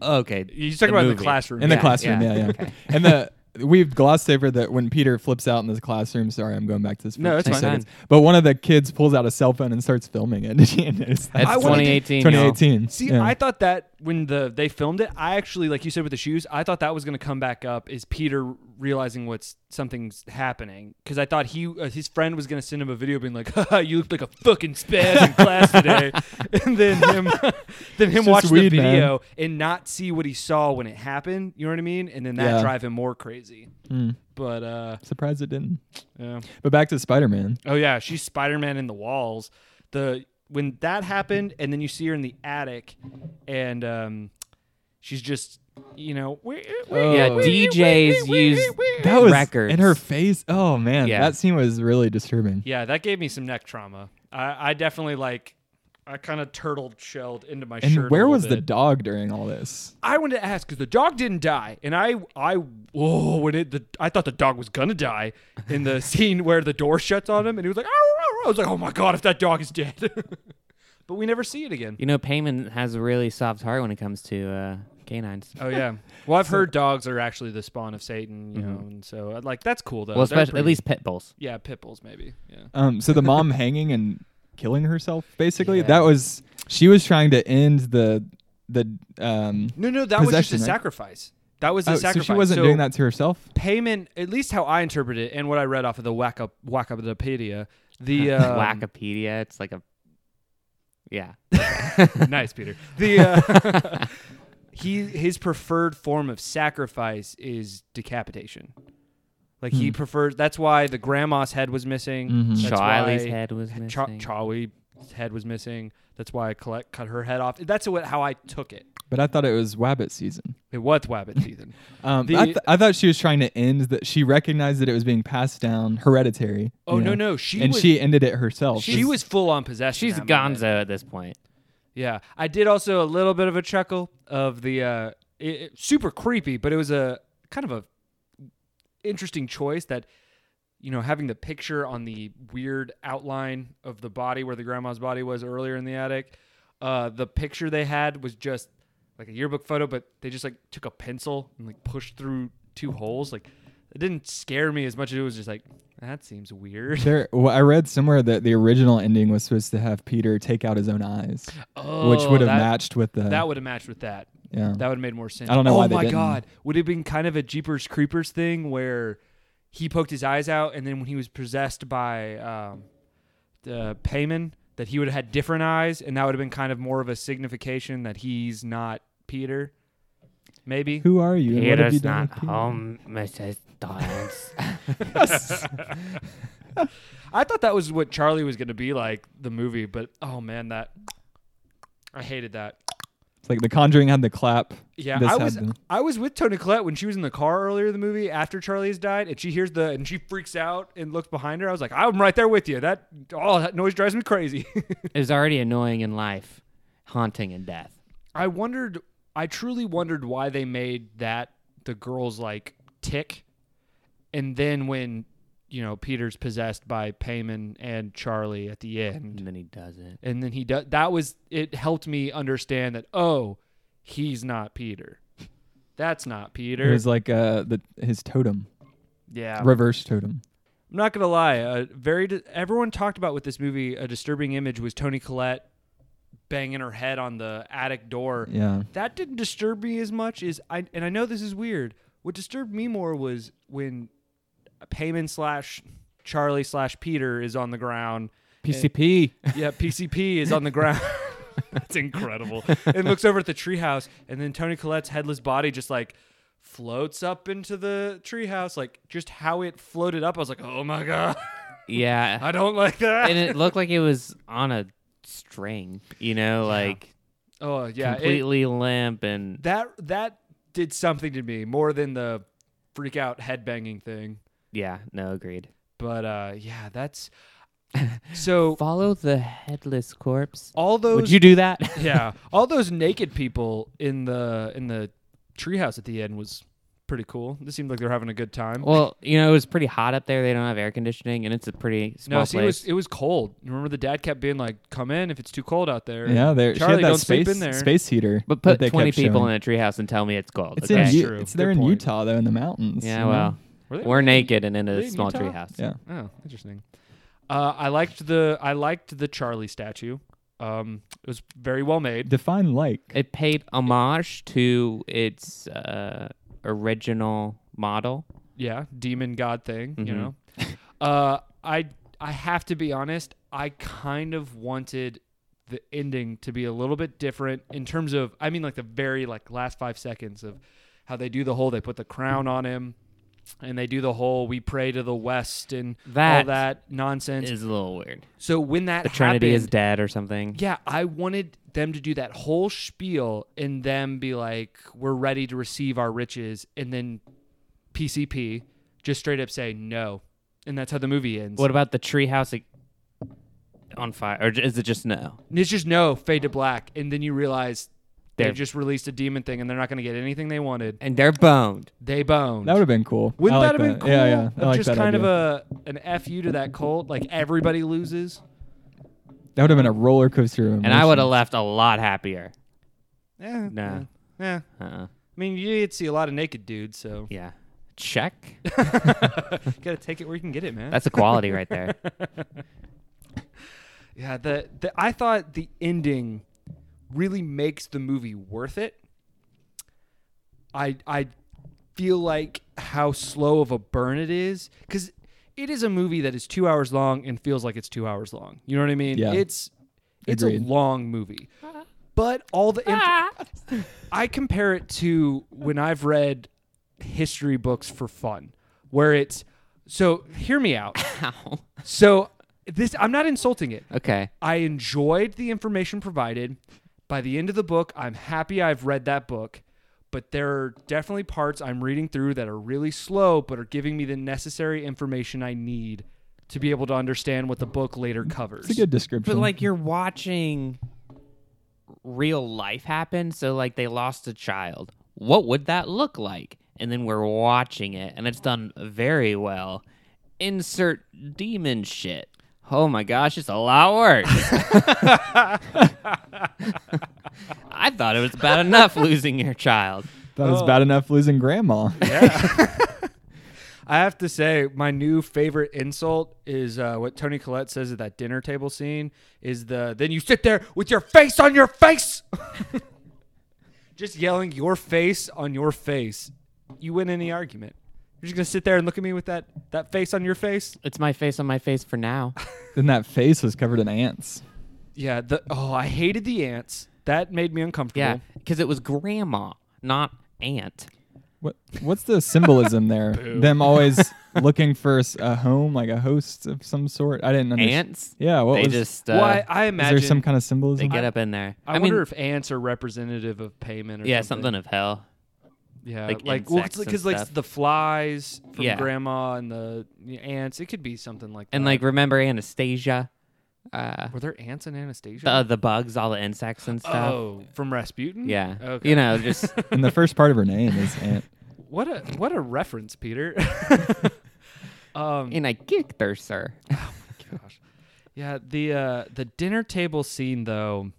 S3: okay.
S2: you talk
S3: the
S2: about in the
S3: movie.
S2: classroom
S1: in the
S3: yeah,
S1: classroom, yeah,
S3: yeah,
S1: yeah. And the we've glossed over that when Peter flips out in the classroom. Sorry, I'm going back to this. for
S2: No, it's
S1: two
S2: fine.
S1: seconds. But one of the kids pulls out a cell phone and starts filming it. Did you notice that?
S3: That's
S2: I wanted to-
S3: 2018. y'all.
S1: 2018.
S2: See,
S1: yeah.
S2: I thought that when the they filmed it, I actually, like you said with the shoes, I thought that was going to come back up. Is Peter realizing what's something's happening? Because I thought he uh, his friend was going to send him a video being like, Haha, "You looked like a fucking spaz in class today," and then him then him
S1: just
S2: watch
S1: weed,
S2: the
S1: man.
S2: video and not see what he saw when it happened. You know what I mean? And then that
S1: Yeah.
S2: drive him more crazy.
S1: Mm.
S2: But uh,
S1: surprised it didn't.
S2: yeah.
S1: But back to Spider Man.
S2: Oh yeah, she's Spider Man in the walls. The when that happened, and then you see her in the attic, and um, she's just you know we- we-
S3: Yeah,
S1: Oh.
S3: DJs use
S1: That was
S3: records.
S1: in her face. Oh man,
S3: Yeah.
S1: that scene was really disturbing.
S2: yeah that gave me some neck trauma. I, I definitely like I kind of turtled shelled into my shirt.
S1: And
S2: a
S1: where
S2: little
S1: was the
S2: bit.
S1: dog during all this?
S2: I wanted to ask because the dog didn't die, and I I whoa when it the I thought the dog was gonna die in the scene where the door shuts on him, and he was like "Ow, ow, ow." I was like oh my god if that dog is dead, but we never see it again.
S3: You know, Payman has a really soft heart when it comes to uh, canines.
S2: Oh yeah. Well, I've heard dogs are actually the spawn of Satan,
S1: Mm-hmm.
S2: you know, and so I'd like that's cool though.
S3: well,
S2: They're
S3: especially at
S2: pretty-
S3: least pit bulls.
S2: yeah, pit bulls maybe. Yeah.
S1: Um, so the mom hanging and killing herself, basically.
S3: Yeah.
S1: That was she was trying to end the the um.
S2: No, no, that was just a
S1: Possession, right?
S2: sacrifice. That was a
S1: Oh, so
S2: sacrifice.
S1: she wasn't doing that to herself.
S2: Payment, at least how I interpret it, and what I read off of the Wacka Wackapedia, the um,
S3: Wackopedia. It's like a. Yeah.
S2: nice, Peter. The uh, he his preferred form of sacrifice is decapitation. Like he
S1: Hmm.
S2: prefers. That's why the grandma's head was missing.
S1: Mhm.
S2: That's
S3: Charlie's
S2: why-
S3: head was missing.
S2: Cha- Chawley's head was missing. That's why I collect, cut her head off. That's what, how I took it.
S1: But I thought it was Wabbit season.
S2: It was Wabbit season.
S1: Um,
S2: The-
S1: I, th- I thought she was trying to end that. She recognized that it was being passed down, hereditary.
S2: Oh
S1: you
S2: no,
S1: know,
S2: no, she
S1: and
S2: was,
S1: she ended it herself.
S2: she was full on possession.
S3: She's
S2: that moment.
S3: Gonzo at this point.
S2: Yeah, I did also a little bit of a chuckle of the uh, it, it- super creepy, but it was a kind of a interesting choice that you know having the picture on the weird outline of the body where the grandma's body was earlier in the attic. Uh, the picture they had was just like a yearbook photo, but they just like took a pencil and like pushed through two holes. Like it didn't scare me as much as it was just like that seems weird.
S1: There, well, I read somewhere that the original ending was supposed to have Peter take out his own eyes, which
S2: Oh,
S1: would have
S2: that-
S1: matched with the.
S2: That would have matched with that.
S1: yeah.
S2: That would have made more sense.
S1: I don't know
S2: Oh
S1: why they
S2: my
S1: didn't.
S2: god, would it have been kind of a Jeepers Creepers thing where he poked his eyes out, and then when he was possessed by um, the payman, that he would have had different eyes, and that would have been kind of more of a signification that he's not Peter. Maybe.
S1: Who are you? and what have you
S3: Peter's
S1: done
S3: not
S1: with Peter?
S3: home, Mrs. Dawes.
S2: I thought that was what Charlie was going to be like the movie, but oh man, that I hated that.
S1: It's like The Conjuring had the clap.
S2: Yeah,
S1: This
S2: I
S1: had
S2: was
S1: the-
S2: I was with Tony Collette when she was in the car earlier in the movie after Charlie has died, and she hears the and she freaks out and looks behind her. I was like, I'm right there with you. That oh, that noise drives me crazy.
S3: It was already annoying in life, haunting in death.
S2: I wondered, I truly wondered why they made that the girl's like tick, and then when you know Peter's possessed by Payman and Charlie at the end,
S3: And then he doesn't.
S2: and then he does that was it helped me understand that oh, he's not Peter, that's not
S1: It
S2: Peter.
S1: was like uh, the his totem,
S2: yeah,
S1: reverse totem.
S2: I'm not gonna lie. A very di- everyone talked about with this movie. A disturbing image was Tony Collette banging her head on the attic door.
S1: Yeah.
S2: That didn't disturb me as much as I. And I know this is weird. What disturbed me more was when uh, Payman slash Charlie slash Peter is on the ground.
S3: PCP.
S2: Yeah, PCP is on the ground. That's incredible. And looks over at the treehouse, and then Tony Collette's headless body just like floats up into the treehouse. Like just how it floated up. I was like, oh my god.
S3: Yeah.
S2: I don't like that.
S3: and it looked like it was on a string, you know, like
S2: oh yeah, it-
S3: completely limp and
S2: that that did something to me more than the freak out head banging thing.
S3: yeah, no, agreed.
S2: But uh, yeah, that's so
S3: Follow the headless corpse.
S2: all those
S3: Would you do that?
S2: yeah all those naked people in the in the treehouse at the end was pretty cool. It seemed like they were having a good time.
S3: well, you know, it was pretty hot up there. They don't have air conditioning, and it's a pretty small
S2: no, see, it
S3: place.
S2: was it was cold. Remember, the dad kept being like, "Come in if it's too cold out there."
S1: Yeah, there.
S2: Charlie,
S1: she had that
S2: don't
S1: space
S2: sleep in there.
S1: space heater.
S3: but
S1: that
S3: put
S1: they
S3: 20
S1: kept
S3: people
S1: showing.
S3: in a treehouse and tell me it's cold.
S1: It's
S3: okay.
S1: in U-
S2: true.
S1: It's there
S2: Good
S1: in
S2: point.
S1: Utah though, in the mountains. you
S3: yeah,
S1: know?
S3: well,
S2: Were they-
S3: we're naked and in
S2: They
S3: a
S2: in
S3: small
S2: Utah?
S3: treehouse.
S1: Yeah.
S2: Oh, interesting. Uh, I liked the I liked the Charlie statue. Um, it was very well made.
S1: Define like.
S3: It paid homage to its uh, original model.
S2: yeah, demon god thing, you
S3: Mhm.
S2: know. uh I I have to be honest, I kind of wanted the ending to be a little bit different in terms of I mean like the very like last 5 seconds of how they do the whole they put the crown on him and they do the whole we pray to the west and all
S3: That
S2: that nonsense.
S3: It's a little weird.
S2: so when that
S3: The Trinity is
S2: happened-
S3: dead or something.
S2: yeah, I wanted them to do that whole spiel and them be like, "We're ready to receive our riches," and then PCP just straight up say no, and that's how the movie ends.
S3: What about the treehouse like, on fire? Or is it just no?
S2: And it's just no, fade to black, and then you realize they
S3: They're-
S2: have just released a demon thing, and they're not going to get anything they wanted.
S3: And they're boned.
S2: They boned.
S1: That would have been cool. I
S2: Wouldn't
S1: like
S2: that have been cool?
S1: Yeah, yeah. I
S2: Of
S1: like
S2: just
S1: that
S2: kind
S1: idea.
S2: of a an fu to that cult. Like everybody loses.
S1: That would have been a roller coaster. Of
S3: And I would have left a lot happier.
S1: Eh,
S2: Yeah.
S3: Nah.
S2: Yeah.
S3: Uh-uh.
S2: I mean, you did see a lot of naked dudes, so
S3: Yeah. Check.
S2: gotta take it where you can get it, man.
S3: That's a quality right there.
S2: Yeah, the, the I thought the ending really makes the movie worth it. I I feel like how slow of a burn it is cuz it is a movie that is 2 hours long and feels like it's 2 hours long. You know what I mean?
S1: Yeah.
S2: It's it's
S1: Agreed.
S2: a long movie. But all the inf- I compare it to when I've read history books for fun where it's so hear me out.
S3: Ow.
S2: So this I'm not insulting it.
S3: Okay.
S2: I enjoyed the information provided. By the end of the book, I'm happy I've read that book, but there are definitely parts I'm reading through that are really slow but are giving me the necessary information I need to be able to understand what the book later covers.
S1: It's a good description.
S3: But like you're watching real life happen, so like they lost a child. What would that look like? And then we're watching it and it's done very well. Insert demon shit. Oh my gosh, it's a lot worse. I thought it was bad enough losing your child.
S1: that
S2: oh.
S1: was bad enough losing grandma.
S2: I have to say, my new favorite insult is uh, what Tony Collette says at that dinner table scene is the then you sit there with your face on your face. just yelling your face on your face. You win any argument. You're just gonna sit there and look at me with that that face on your face.
S3: It's my face on my face for now.
S1: then that face was covered in ants.
S2: Yeah, the oh I hated the ants. That made me uncomfortable.
S3: Yeah, because it was grandma, not aunt.
S1: What what's the symbolism there? Them always looking for s- a home, like a host of some sort. I didn't understand.
S3: Ants?
S1: Yeah, what
S3: they
S1: was?
S3: just uh,
S2: well, I, I
S1: is
S2: imagine
S1: there some kind of
S3: they
S1: symbolism?
S3: get up in there.
S2: I,
S3: I, mean,
S2: wonder if ants are representative of payment or
S3: yeah,
S2: something.
S3: something of hell.
S2: Yeah,
S3: like insects and
S2: because like
S3: stuff.
S2: the flies from
S3: Yeah.
S2: grandma and the the ants, it could be something like that.
S3: And like remember Anastasia, uh,
S2: were there ants in Anastasia?
S3: the the bugs, all the insects and stuff.
S2: oh, from Rasputin.
S3: Yeah,
S2: Okay.
S3: you know, just
S1: and the first part of her name is Ant.
S2: what a what a reference, Peter. um,
S3: and I kicked her, sir.
S2: gosh. Yeah, the uh, the dinner table scene though,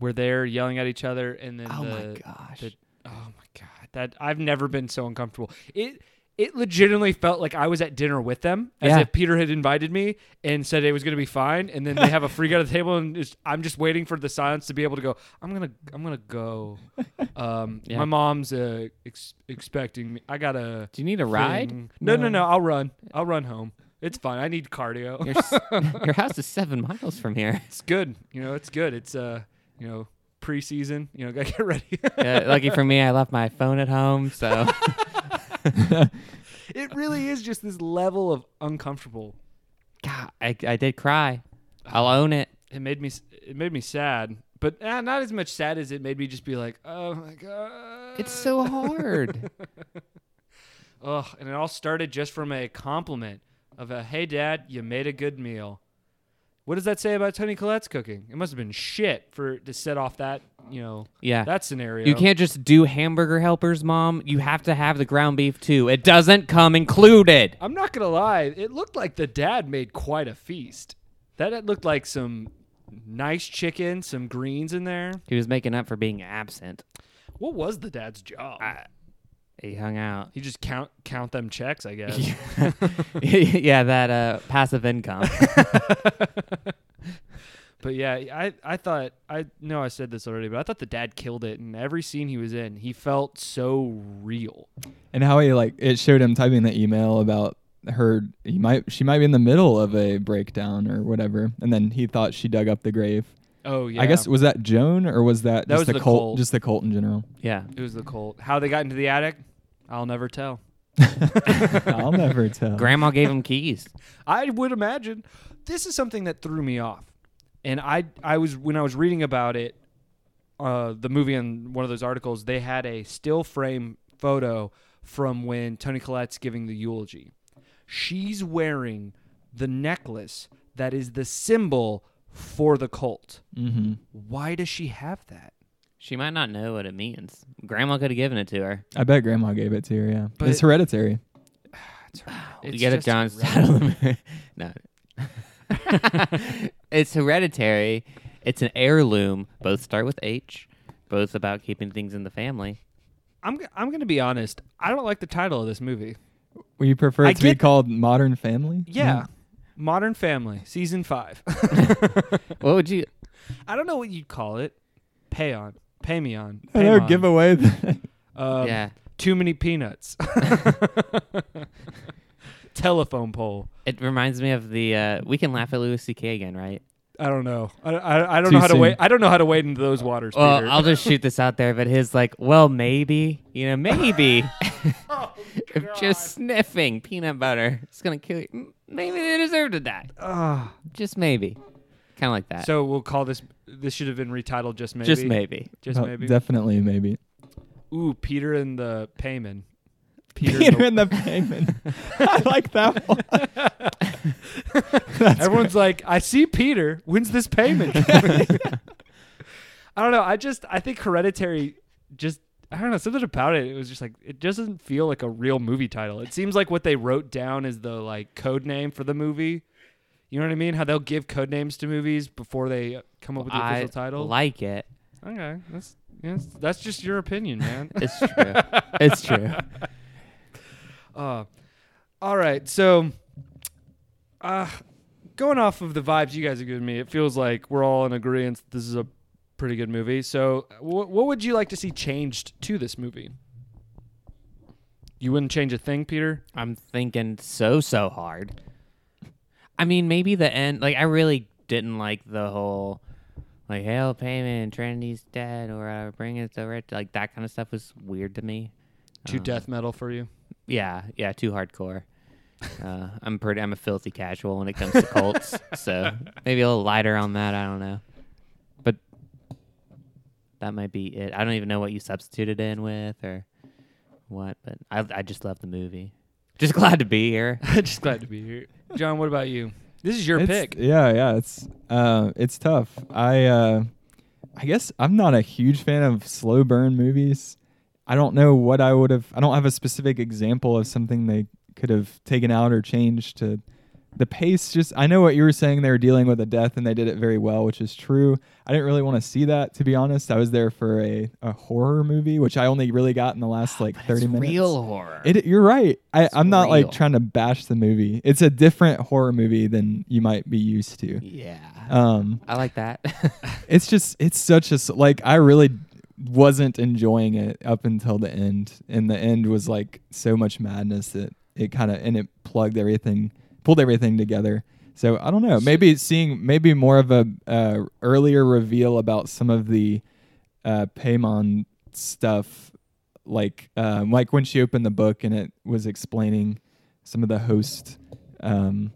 S2: where they're yelling at each other, and then
S3: Oh
S2: the,
S3: my gosh.
S2: the- oh my god, that I've never been so uncomfortable. It it legitimately felt like I was at dinner with them, as
S3: Yeah.
S2: if Peter had invited me and said it was gonna be fine, and then they have a freak out of the table, and it's, I'm just waiting for the silence to be able to go. I'm gonna I'm gonna go. Um,
S3: Yeah.
S2: my mom's uh, ex- expecting me. I gotta.
S3: Do you need a ride?
S2: thing. No, no, no. I'll run. I'll run home. It's fine. I need cardio.
S3: Your, s- your house is seven miles from here.
S2: it's good. You know, it's good. It's uh, you know, preseason. You know, gotta get ready.
S3: Yeah, lucky for me, I left my phone at home, so
S2: it really is just this level of uncomfortable.
S3: God, I, I did cry. I'll own it.
S2: It made me. s- It made me sad, but eh, not as much sad as it made me just be like, oh my god.
S3: It's so hard.
S2: Ugh, and it all started just from a compliment of a hey dad, you made a good meal. What does that say about Tony Collette's cooking? It must have been shit for to set off that you know
S3: Yeah.
S2: that scenario.
S3: You can't just do hamburger helpers, mom. You have to have the ground beef too. It doesn't come included.
S2: I'm not gonna lie. It looked like the dad made quite a feast. That it looked like some nice chicken, some greens in there.
S3: He was making up for being absent.
S2: What was the dad's job?
S3: He hung out.
S2: he just count count them checks, I guess.
S3: yeah, that uh, passive income.
S2: But yeah, I I thought I know I said this already, but I thought the dad killed it. And every scene he was in, he felt so real.
S1: And how he like it showed him typing the email about her. He might she might be in the middle of a breakdown or whatever, and then he thought she dug up the grave.
S2: Oh yeah,
S1: I guess was that Joan or was that,
S2: That
S1: just
S2: was
S1: the,
S2: the
S1: cult,
S2: cult.
S1: Just the cult in general.
S3: yeah.
S2: it was the cult. How they got into the attic, I'll never tell.
S1: I'll never tell.
S3: Grandma gave him keys.
S2: I would imagine this is something that threw me off, and I I was when I was reading about it, uh, the movie and one of those articles they had a still frame photo from when Tony Collette's giving the eulogy. She's wearing the necklace that is the symbol for the cult.
S1: hmm
S2: Why does she have that?
S3: She might not know what it means. Grandma could have given it to her.
S1: I bet Grandma gave it to her. Yeah,
S2: But-
S1: it's hereditary.
S3: you
S2: It's
S3: get it,
S2: just
S3: John's
S2: irrelevant.
S3: title. of the movie. no. it's hereditary. It's an heirloom. Both start with H. Both about keeping things in the family.
S2: I'm g- I'm gonna be honest. I don't like the title of this movie.
S1: Will you prefer
S2: I
S1: it to be
S2: get-
S1: called Modern Family?
S2: Yeah. Hmm. Modern Family, season five.
S3: What would you?
S2: I don't know what you'd call it. Pay on. Pay me on.
S1: I
S2: Pay
S1: don't give away. The,
S2: um,
S3: yeah.
S2: Too many peanuts. Telephone pole.
S3: It reminds me of the uh, we can laugh at Louis C.K. again, right?
S2: I don't know. I, I, I don't
S1: Too
S2: know how to
S1: soon. Uh,
S2: wait. I don't know how to wade into those waters,
S3: Well,
S2: Peter.
S3: I'll just shoot this out there, but his like, well, maybe, you know, maybe. if just sniffing peanut butter is gonna kill you, M- maybe they deserve to die.
S2: Ah.
S3: Just maybe, kind of like that.
S2: so we'll call this. This should have been retitled just maybe.
S3: just maybe.
S2: Just
S1: Oh,
S2: maybe.
S1: Definitely, maybe.
S2: Ooh, Peter and the payman.
S1: Peter, and the Penguin. I like that one.
S2: Everyone's like, I see Peter. When's this payment? I don't know. I just I think Hereditary just I don't know something about it. It was just like it doesn't feel like a real movie title. It seems like what they wrote down is the like code name for the movie. You know what I mean? How they'll give code names to movies before they come up with the
S3: I
S2: official title.
S3: like it.
S2: okay, that's that's, that's just your opinion, man.
S3: It's true. it's true.
S2: Uh, all right. So, uh, going off of the vibes you guys are giving me, it feels like we're all in agreement that this is a pretty good movie. So, wh- what would you like to see changed to this movie? You wouldn't change a thing, Peter?
S3: I'm thinking so so hard. I mean, maybe the end. Like, I really didn't like the whole like hail payment, Trinity's dead, or uh, bring us the rich. Like that kind of stuff was weird to me.
S2: Too death metal for you.
S3: Yeah, yeah, too hardcore. Uh, I'm pretty. I'm a filthy casual when it comes to Colts, so maybe a little lighter on that. I don't know, but that might be it. I don't even know what you substituted in with or what, but I I just love the movie. Just glad to be here.
S2: Just glad to be here, John. What about you? This is your
S1: It's-
S2: pick.
S1: Yeah, yeah, it's uh, it's tough. I uh, I guess I'm not a huge fan of slow burn movies. I don't know what I would have. I don't have a specific example of something they could have taken out or changed to the pace. Just I know what you were saying. They were dealing with a death and they did it very well, which is true. I didn't really want to see that to be honest. I was there for a, a horror movie, which I only really got in the last like 30
S3: it's
S1: minutes.
S3: real horror.
S1: It, you're right. I, I'm not
S3: real.
S1: like trying to bash the movie. It's a different horror movie than you might be used to.
S3: yeah,
S1: Um,
S3: I like that.
S1: it's just it's such a s- like I really wasn't enjoying it up until the end, and the end was like so much madness that it kind of and it plugged everything, pulled everything together. So I don't know. Maybe seeing maybe more of a uh, earlier reveal about some of the uh, Paimon stuff, like um, like when she opened the book and it was explaining some of the host um,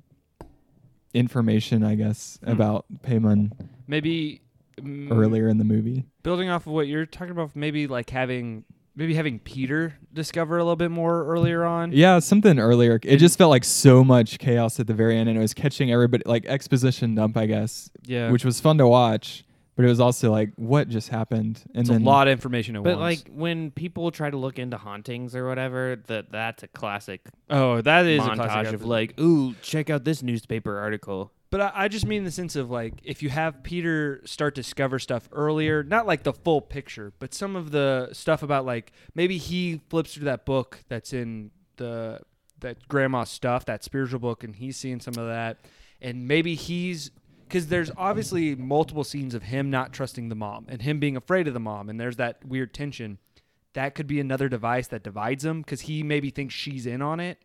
S1: information, I guess, about Paimon
S2: Maybe mm,
S1: earlier in the movie.
S2: building off of what you're talking about. Maybe like having maybe having Peter discover a little bit more earlier on.
S1: Yeah, something earlier. It just felt like so much chaos at the very end, and it was catching everybody like exposition dump, I guess,
S2: Yeah.
S1: which was fun to watch. But it was also like, what just happened? And
S2: it's
S1: then
S2: a lot of information at
S3: but
S2: once.
S3: like when people try to look into hauntings or whatever, that that's a classic
S2: oh, that is a classic
S3: montage of
S2: episode.
S3: like, ooh, check out this newspaper article.
S2: But I, I just mean in the sense of like if you have Peter start to discover stuff earlier, not like the full picture, but some of the stuff about like maybe he flips through that book that's in the that grandma's stuff, that spiritual book, and he's seeing some of that, and maybe he's because there's obviously multiple scenes of him not trusting the mom and him being afraid of the mom, and there's that weird tension. That could be another device that divides him because he maybe thinks she's in on it.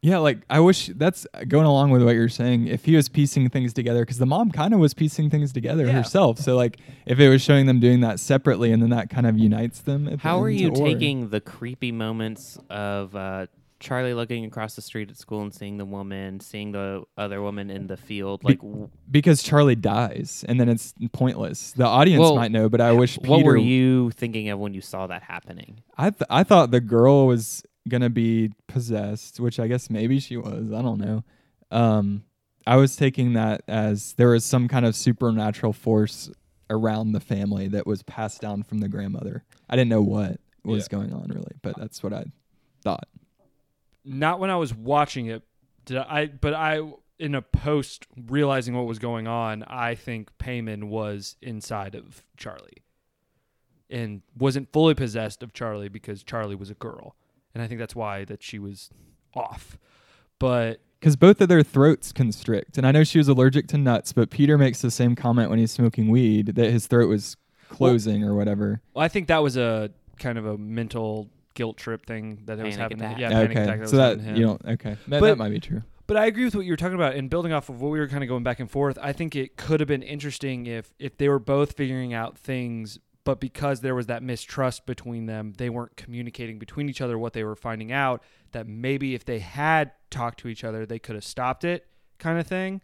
S1: Yeah, like I wish that's going along with what you're saying. If he was piecing things together, because the mom kind of was piecing things together
S2: Yeah.
S1: herself. So like, if it was showing them doing that separately, and then that kind of unites them. At the
S3: How are
S1: end,
S3: you
S1: or-
S3: taking the creepy moments of uh, Charlie looking across the street at school and seeing the woman, seeing the other woman in the field? Like, w-
S1: Because Charlie dies, and then it's pointless. The audience
S3: Well,
S1: might know, but I wish Peter
S3: what were you thinking of when you saw that happening?
S1: I th- I thought the girl was gonna be possessed, which I guess maybe she was. I don't know. Um, I was taking that as there was some kind of supernatural force around the family that was passed down from the grandmother. I didn't know what was going on really, but that's what I thought.
S2: not when I was watching it. Did I? But I, in a post realizing what was going on, I think Payman was inside of Charlie, and wasn't fully possessed of Charlie because Charlie was a girl, and I think that's why that she was off. But
S1: Because both of their throats constrict, and I know she was allergic to nuts, but Peter makes the same comment when he's smoking weed that his throat was closing or whatever.
S2: I think that was a kind of a mental guilt trip thing that it was
S3: Panic
S2: happening.
S3: attack.
S2: Yeah, panic
S1: Okay,
S2: attack that
S1: so
S2: was
S1: that
S2: happening to him.
S1: you don't. Okay, that,
S2: But-
S1: that might be true.
S2: But I agree with what you were talking about, and building off of what we were kind of going back and forth. I think it could have been interesting if if they were both figuring out things, but because there was that mistrust between them, they weren't communicating between each other what they were finding out. That maybe if they had talked to each other, they could have stopped it, kind of thing.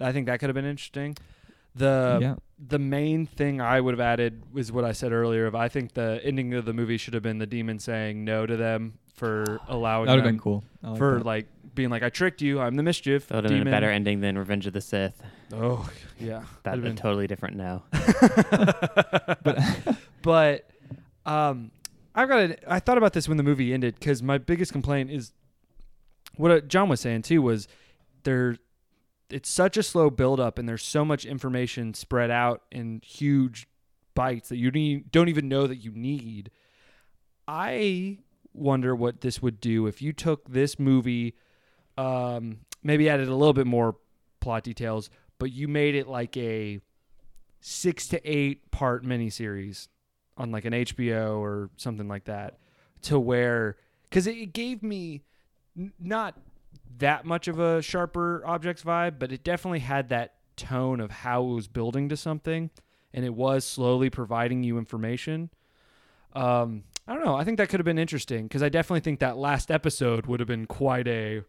S2: I think that could have been interesting. The
S1: yeah.
S2: the main thing I would have added was what I said earlier. Of I think the ending of the movie should have been the demon saying no to them for allowing
S1: That would have
S2: them
S1: been cool. I like
S2: oh, for
S1: that.
S2: like being like, I tricked you. I'm the mischief.
S3: That would have been
S2: demon.
S3: a better ending than Revenge of the Sith.
S2: Oh yeah,
S3: That's
S2: That'd
S3: a
S2: have
S3: totally different no.
S2: been- but um, I've got. A, I thought about this when the movie ended because my biggest complaint is what uh, John was saying too was there. It's such a slow build up, and there's so much information spread out in huge bites that you need, don't even know that you need. I wonder what this would do if you took this movie, um, maybe added a little bit more plot details, but you made it like a six to eight part miniseries on like an HBO or something like that, to where because it, it gave me n- not that much of a sharper objects vibe, but it definitely had that tone of how it was building to something, and it was slowly providing you information. Um, I don't know. I think that could have been interesting because I definitely think that last episode would have been quite a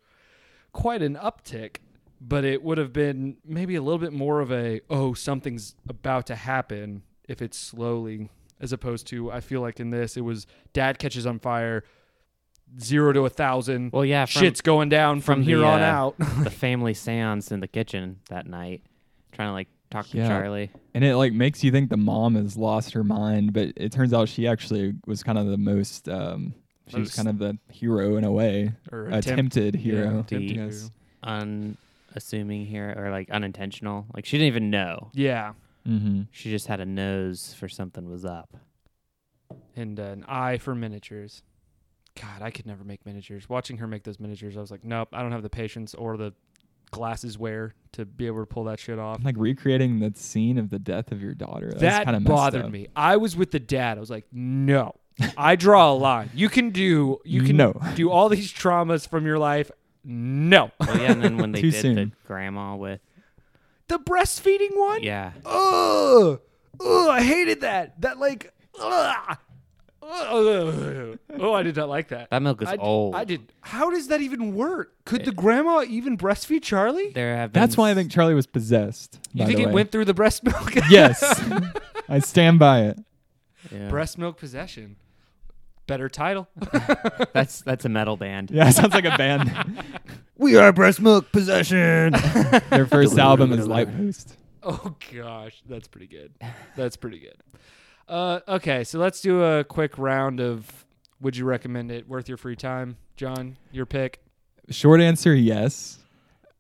S2: quite an uptick, but it would have been maybe a little bit more of a oh something's about to happen if it's slowly as opposed to I feel like in this it was dad catches on fire zero to a thousand
S3: Well, yeah, from,
S2: shit's going down from,
S3: from
S2: here
S3: the,
S2: on
S3: uh,
S2: out.
S3: the family seance in the kitchen that night, trying to like talk to
S1: Yeah.
S3: Charlie.
S1: And it like makes you think the mom has lost her mind, but it turns out she actually was kind of the most um she was
S2: Most-
S1: kind of the hero in a way.
S2: or attempt-
S1: Attempted
S2: yeah,
S1: hero.
S2: attempted
S1: Yes.
S2: hero.
S3: Unassuming here, or like unintentional. Like she didn't even know.
S2: Yeah,
S1: Mm-hmm.
S3: She just had a nose for something was up.
S2: and uh, an eye for miniatures. God, I could never make miniatures. Watching her make those miniatures, I was like, nope, I don't have the patience or the glasses wear to be able to pull that shit off.
S1: Like recreating the scene of the death of your daughter. That's kind
S2: That
S1: of
S2: bothered me. I was with the dad. I was like, no, I draw a line. You can do, you can
S1: No.
S2: do all these traumas from your life. No,
S3: Well, Oh, yeah, and then when they
S1: Too
S3: did the
S1: soon.
S3: grandma with,
S2: the breastfeeding one.
S3: yeah,
S2: Ugh, ugh, I hated that. That like, ugh, ugh. oh, I did not like that.
S3: that milk is
S2: I,
S3: old.
S2: I did. How does that even work? Could the grandma even breastfeed Charlie?
S3: There have been
S1: That's why I
S3: s-
S1: think Charlie was possessed.
S2: You
S1: by
S2: think
S1: the
S2: it
S1: way.
S2: went through the breast milk?
S1: Yes. I stand by it.
S3: yeah.
S2: breast milk possession. Better title.
S3: That's that's a metal band.
S1: Yeah, it sounds like a band.
S4: We are breast milk possession.
S1: Their first album is Lightpost.
S2: Oh gosh, that's pretty good. That's pretty good. Uh, okay, so let's do a quick round of would you recommend it? Worth your free time, John? Your pick.
S1: Short answer, yes.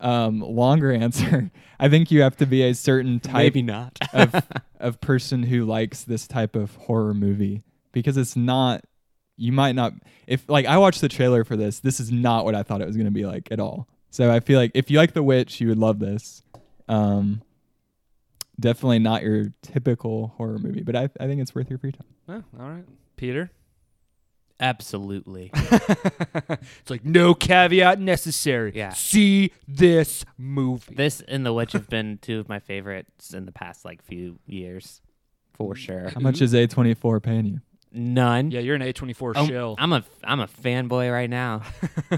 S1: Um, longer answer, I think you have to be a certain type
S3: not.
S1: of, of person who likes this type of horror movie because it's not. You might not if like I watched the trailer for this. This is not what I thought it was going to be like at all. So I feel like if you like The Witch, you would love this. Um, definitely not your typical horror movie, but I, I think it's worth your free time.
S2: Oh, all right, Peter.
S3: Absolutely.
S2: it's like no caveat necessary.
S3: Yeah.
S2: See this movie.
S3: This and The Witch have been two of my favorites in the past like few years, for sure.
S1: How much is A24 paying you?
S3: None.
S2: yeah, you're an A24
S3: Um,
S2: shill.
S3: I'm a I'm a fanboy right now.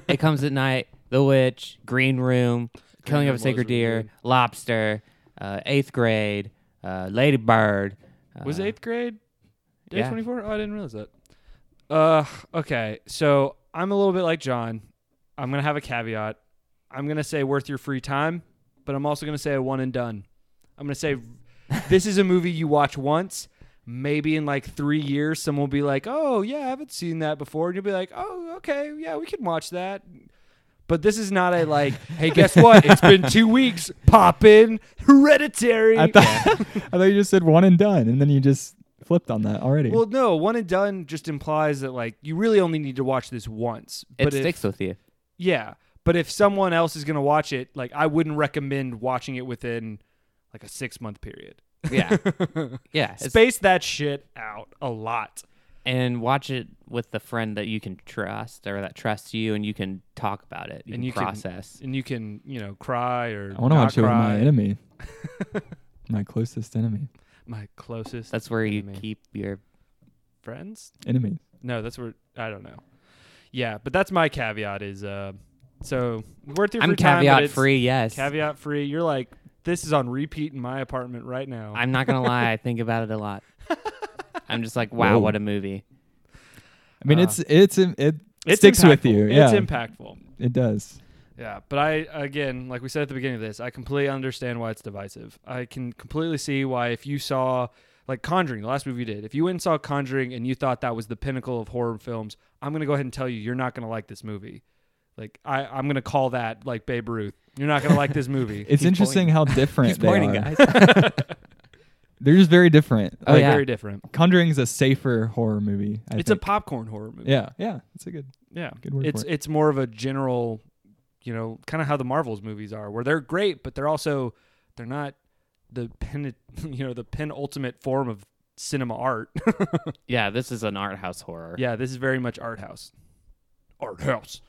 S3: it comes at night. The Witch, Green Room, Killing
S2: Room
S3: of a
S2: was
S3: Sacred
S2: really
S3: Deer,
S2: good.
S3: Lobster, uh, Eighth Grade, uh, Lady Bird. Uh,
S2: Was eighth grade? Day
S3: yeah.
S2: 24? Oh, I didn't realize that. Uh, okay. So I'm a little bit like John. I'm going to have a caveat. I'm going to say worth your free time, but I'm also going to say a one and done. I'm going to say this is a movie you watch once. Maybe in like three years, someone will be like, oh, yeah, I haven't seen that before. And you'll be like, oh, okay. Yeah, we can watch that. But this is not a like, hey, guess what? It's been two weeks. Pop in. Hereditary.
S1: I thought I thought you just said one and done, and then you just flipped on that already.
S2: Well, no, one and done just implies that like you really only need to watch this once.
S3: It
S2: But if-
S3: sticks with you.
S2: yeah, but if someone else is gonna watch it, like I wouldn't recommend watching it within like a six month period.
S3: Yeah. yeah. it's-
S2: Space that shit out a lot.
S3: and watch it with the friend that you can trust or that trusts you and you can talk about it you
S2: And
S3: can
S2: you can-
S3: process
S2: And you can, you know, cry or
S1: I want to
S2: not
S1: watch it with
S2: cry.
S1: my enemy, my closest enemy,
S2: My closest
S3: that's where you
S2: enemy.
S3: keep your
S2: friends.
S1: enemies.
S2: No, that's where I don't know. Yeah, but that's my caveat is uh so worth your
S3: i'm
S2: free time, but
S3: caveat
S2: it's
S3: free yes
S2: Caveat free. You're like this is on repeat in my apartment right now.
S3: i'm not gonna lie i think about it a lot i'm just like wow
S1: Whoa.
S3: what a movie
S1: I mean,
S2: Uh,
S1: it's it's it, it
S2: It's
S1: sticks with
S2: impactful.
S1: you. Yeah,
S2: It's impactful.
S1: it does.
S2: Yeah, but I again, like we said at the beginning of this, I completely understand why it's divisive. I can completely see why if you saw like Conjuring, the last movie you did, if you went and saw Conjuring and you thought that was the pinnacle of horror films, I'm gonna go ahead and tell you you're not gonna like this movie. Like I, I'm gonna call that like Babe Ruth. You're not gonna like this movie.
S1: It's interesting how different
S3: He's
S1: they
S3: pointing,
S1: are.
S3: guys.
S1: They're just very different.
S2: Like,
S3: Oh, yeah.
S2: very different.
S1: Conjuring's a safer horror movie. I
S2: it's a
S1: think.
S2: popcorn horror movie.
S1: yeah, yeah. It's a good.
S2: Yeah.
S1: Good word
S2: it's
S1: for
S2: it's more of a general, you know, kind of how the Marvels movies are, where they're great, but they're also they're not the pen, you know, the penultimate form of cinema art.
S3: yeah this is an art house horror
S2: yeah, this is very much art house. Art house.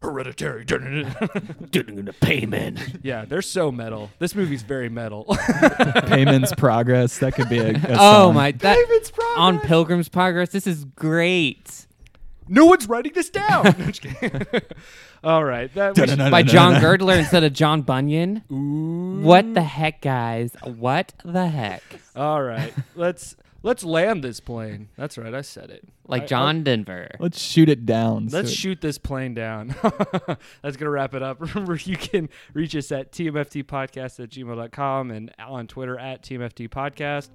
S2: Hereditary.
S3: the payment.
S2: yeah, they're so metal. This movie's very metal.
S1: Payment's progress. That could be a, a
S3: Oh
S1: song.
S3: my! That,
S2: David's progress.
S3: on Pilgrim's Progress. This is great.
S2: no one's writing this down. I'm just kidding. All right, that we should-
S3: By
S1: No, no,
S3: John
S1: no.
S3: Girdler instead of John Bunyan.
S2: Ooh.
S3: What the heck, guys? What the heck?
S2: All right, let's let's land this plane. That's right, I said it. I-
S3: Like
S2: I-
S3: John Denver.
S1: Let's shoot it down.
S2: Let's
S1: so it-
S2: shoot this plane down. That's going to wrap it up. Remember, you can reach us at tmftpodcast at gmail.com and on Twitter at tmftpodcast.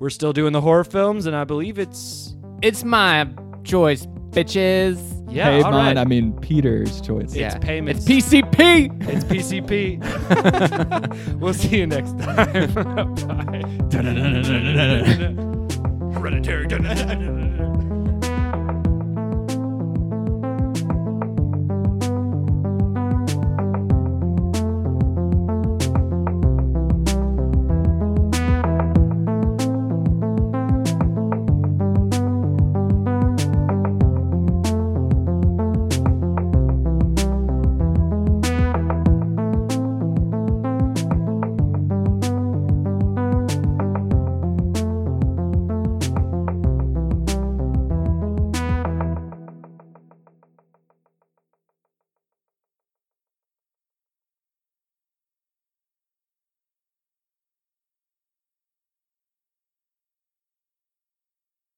S2: We're still doing the horror films, and I believe it's.
S3: It's my choice, bitches.
S2: Yeah,
S1: Hey,
S2: all
S1: mine.
S2: right.
S1: I mean, Peter's choice.
S2: It's
S3: yeah.
S2: payments.
S3: It's PCP.
S2: It's PCP. we'll see you next time. Bye. Hereditary.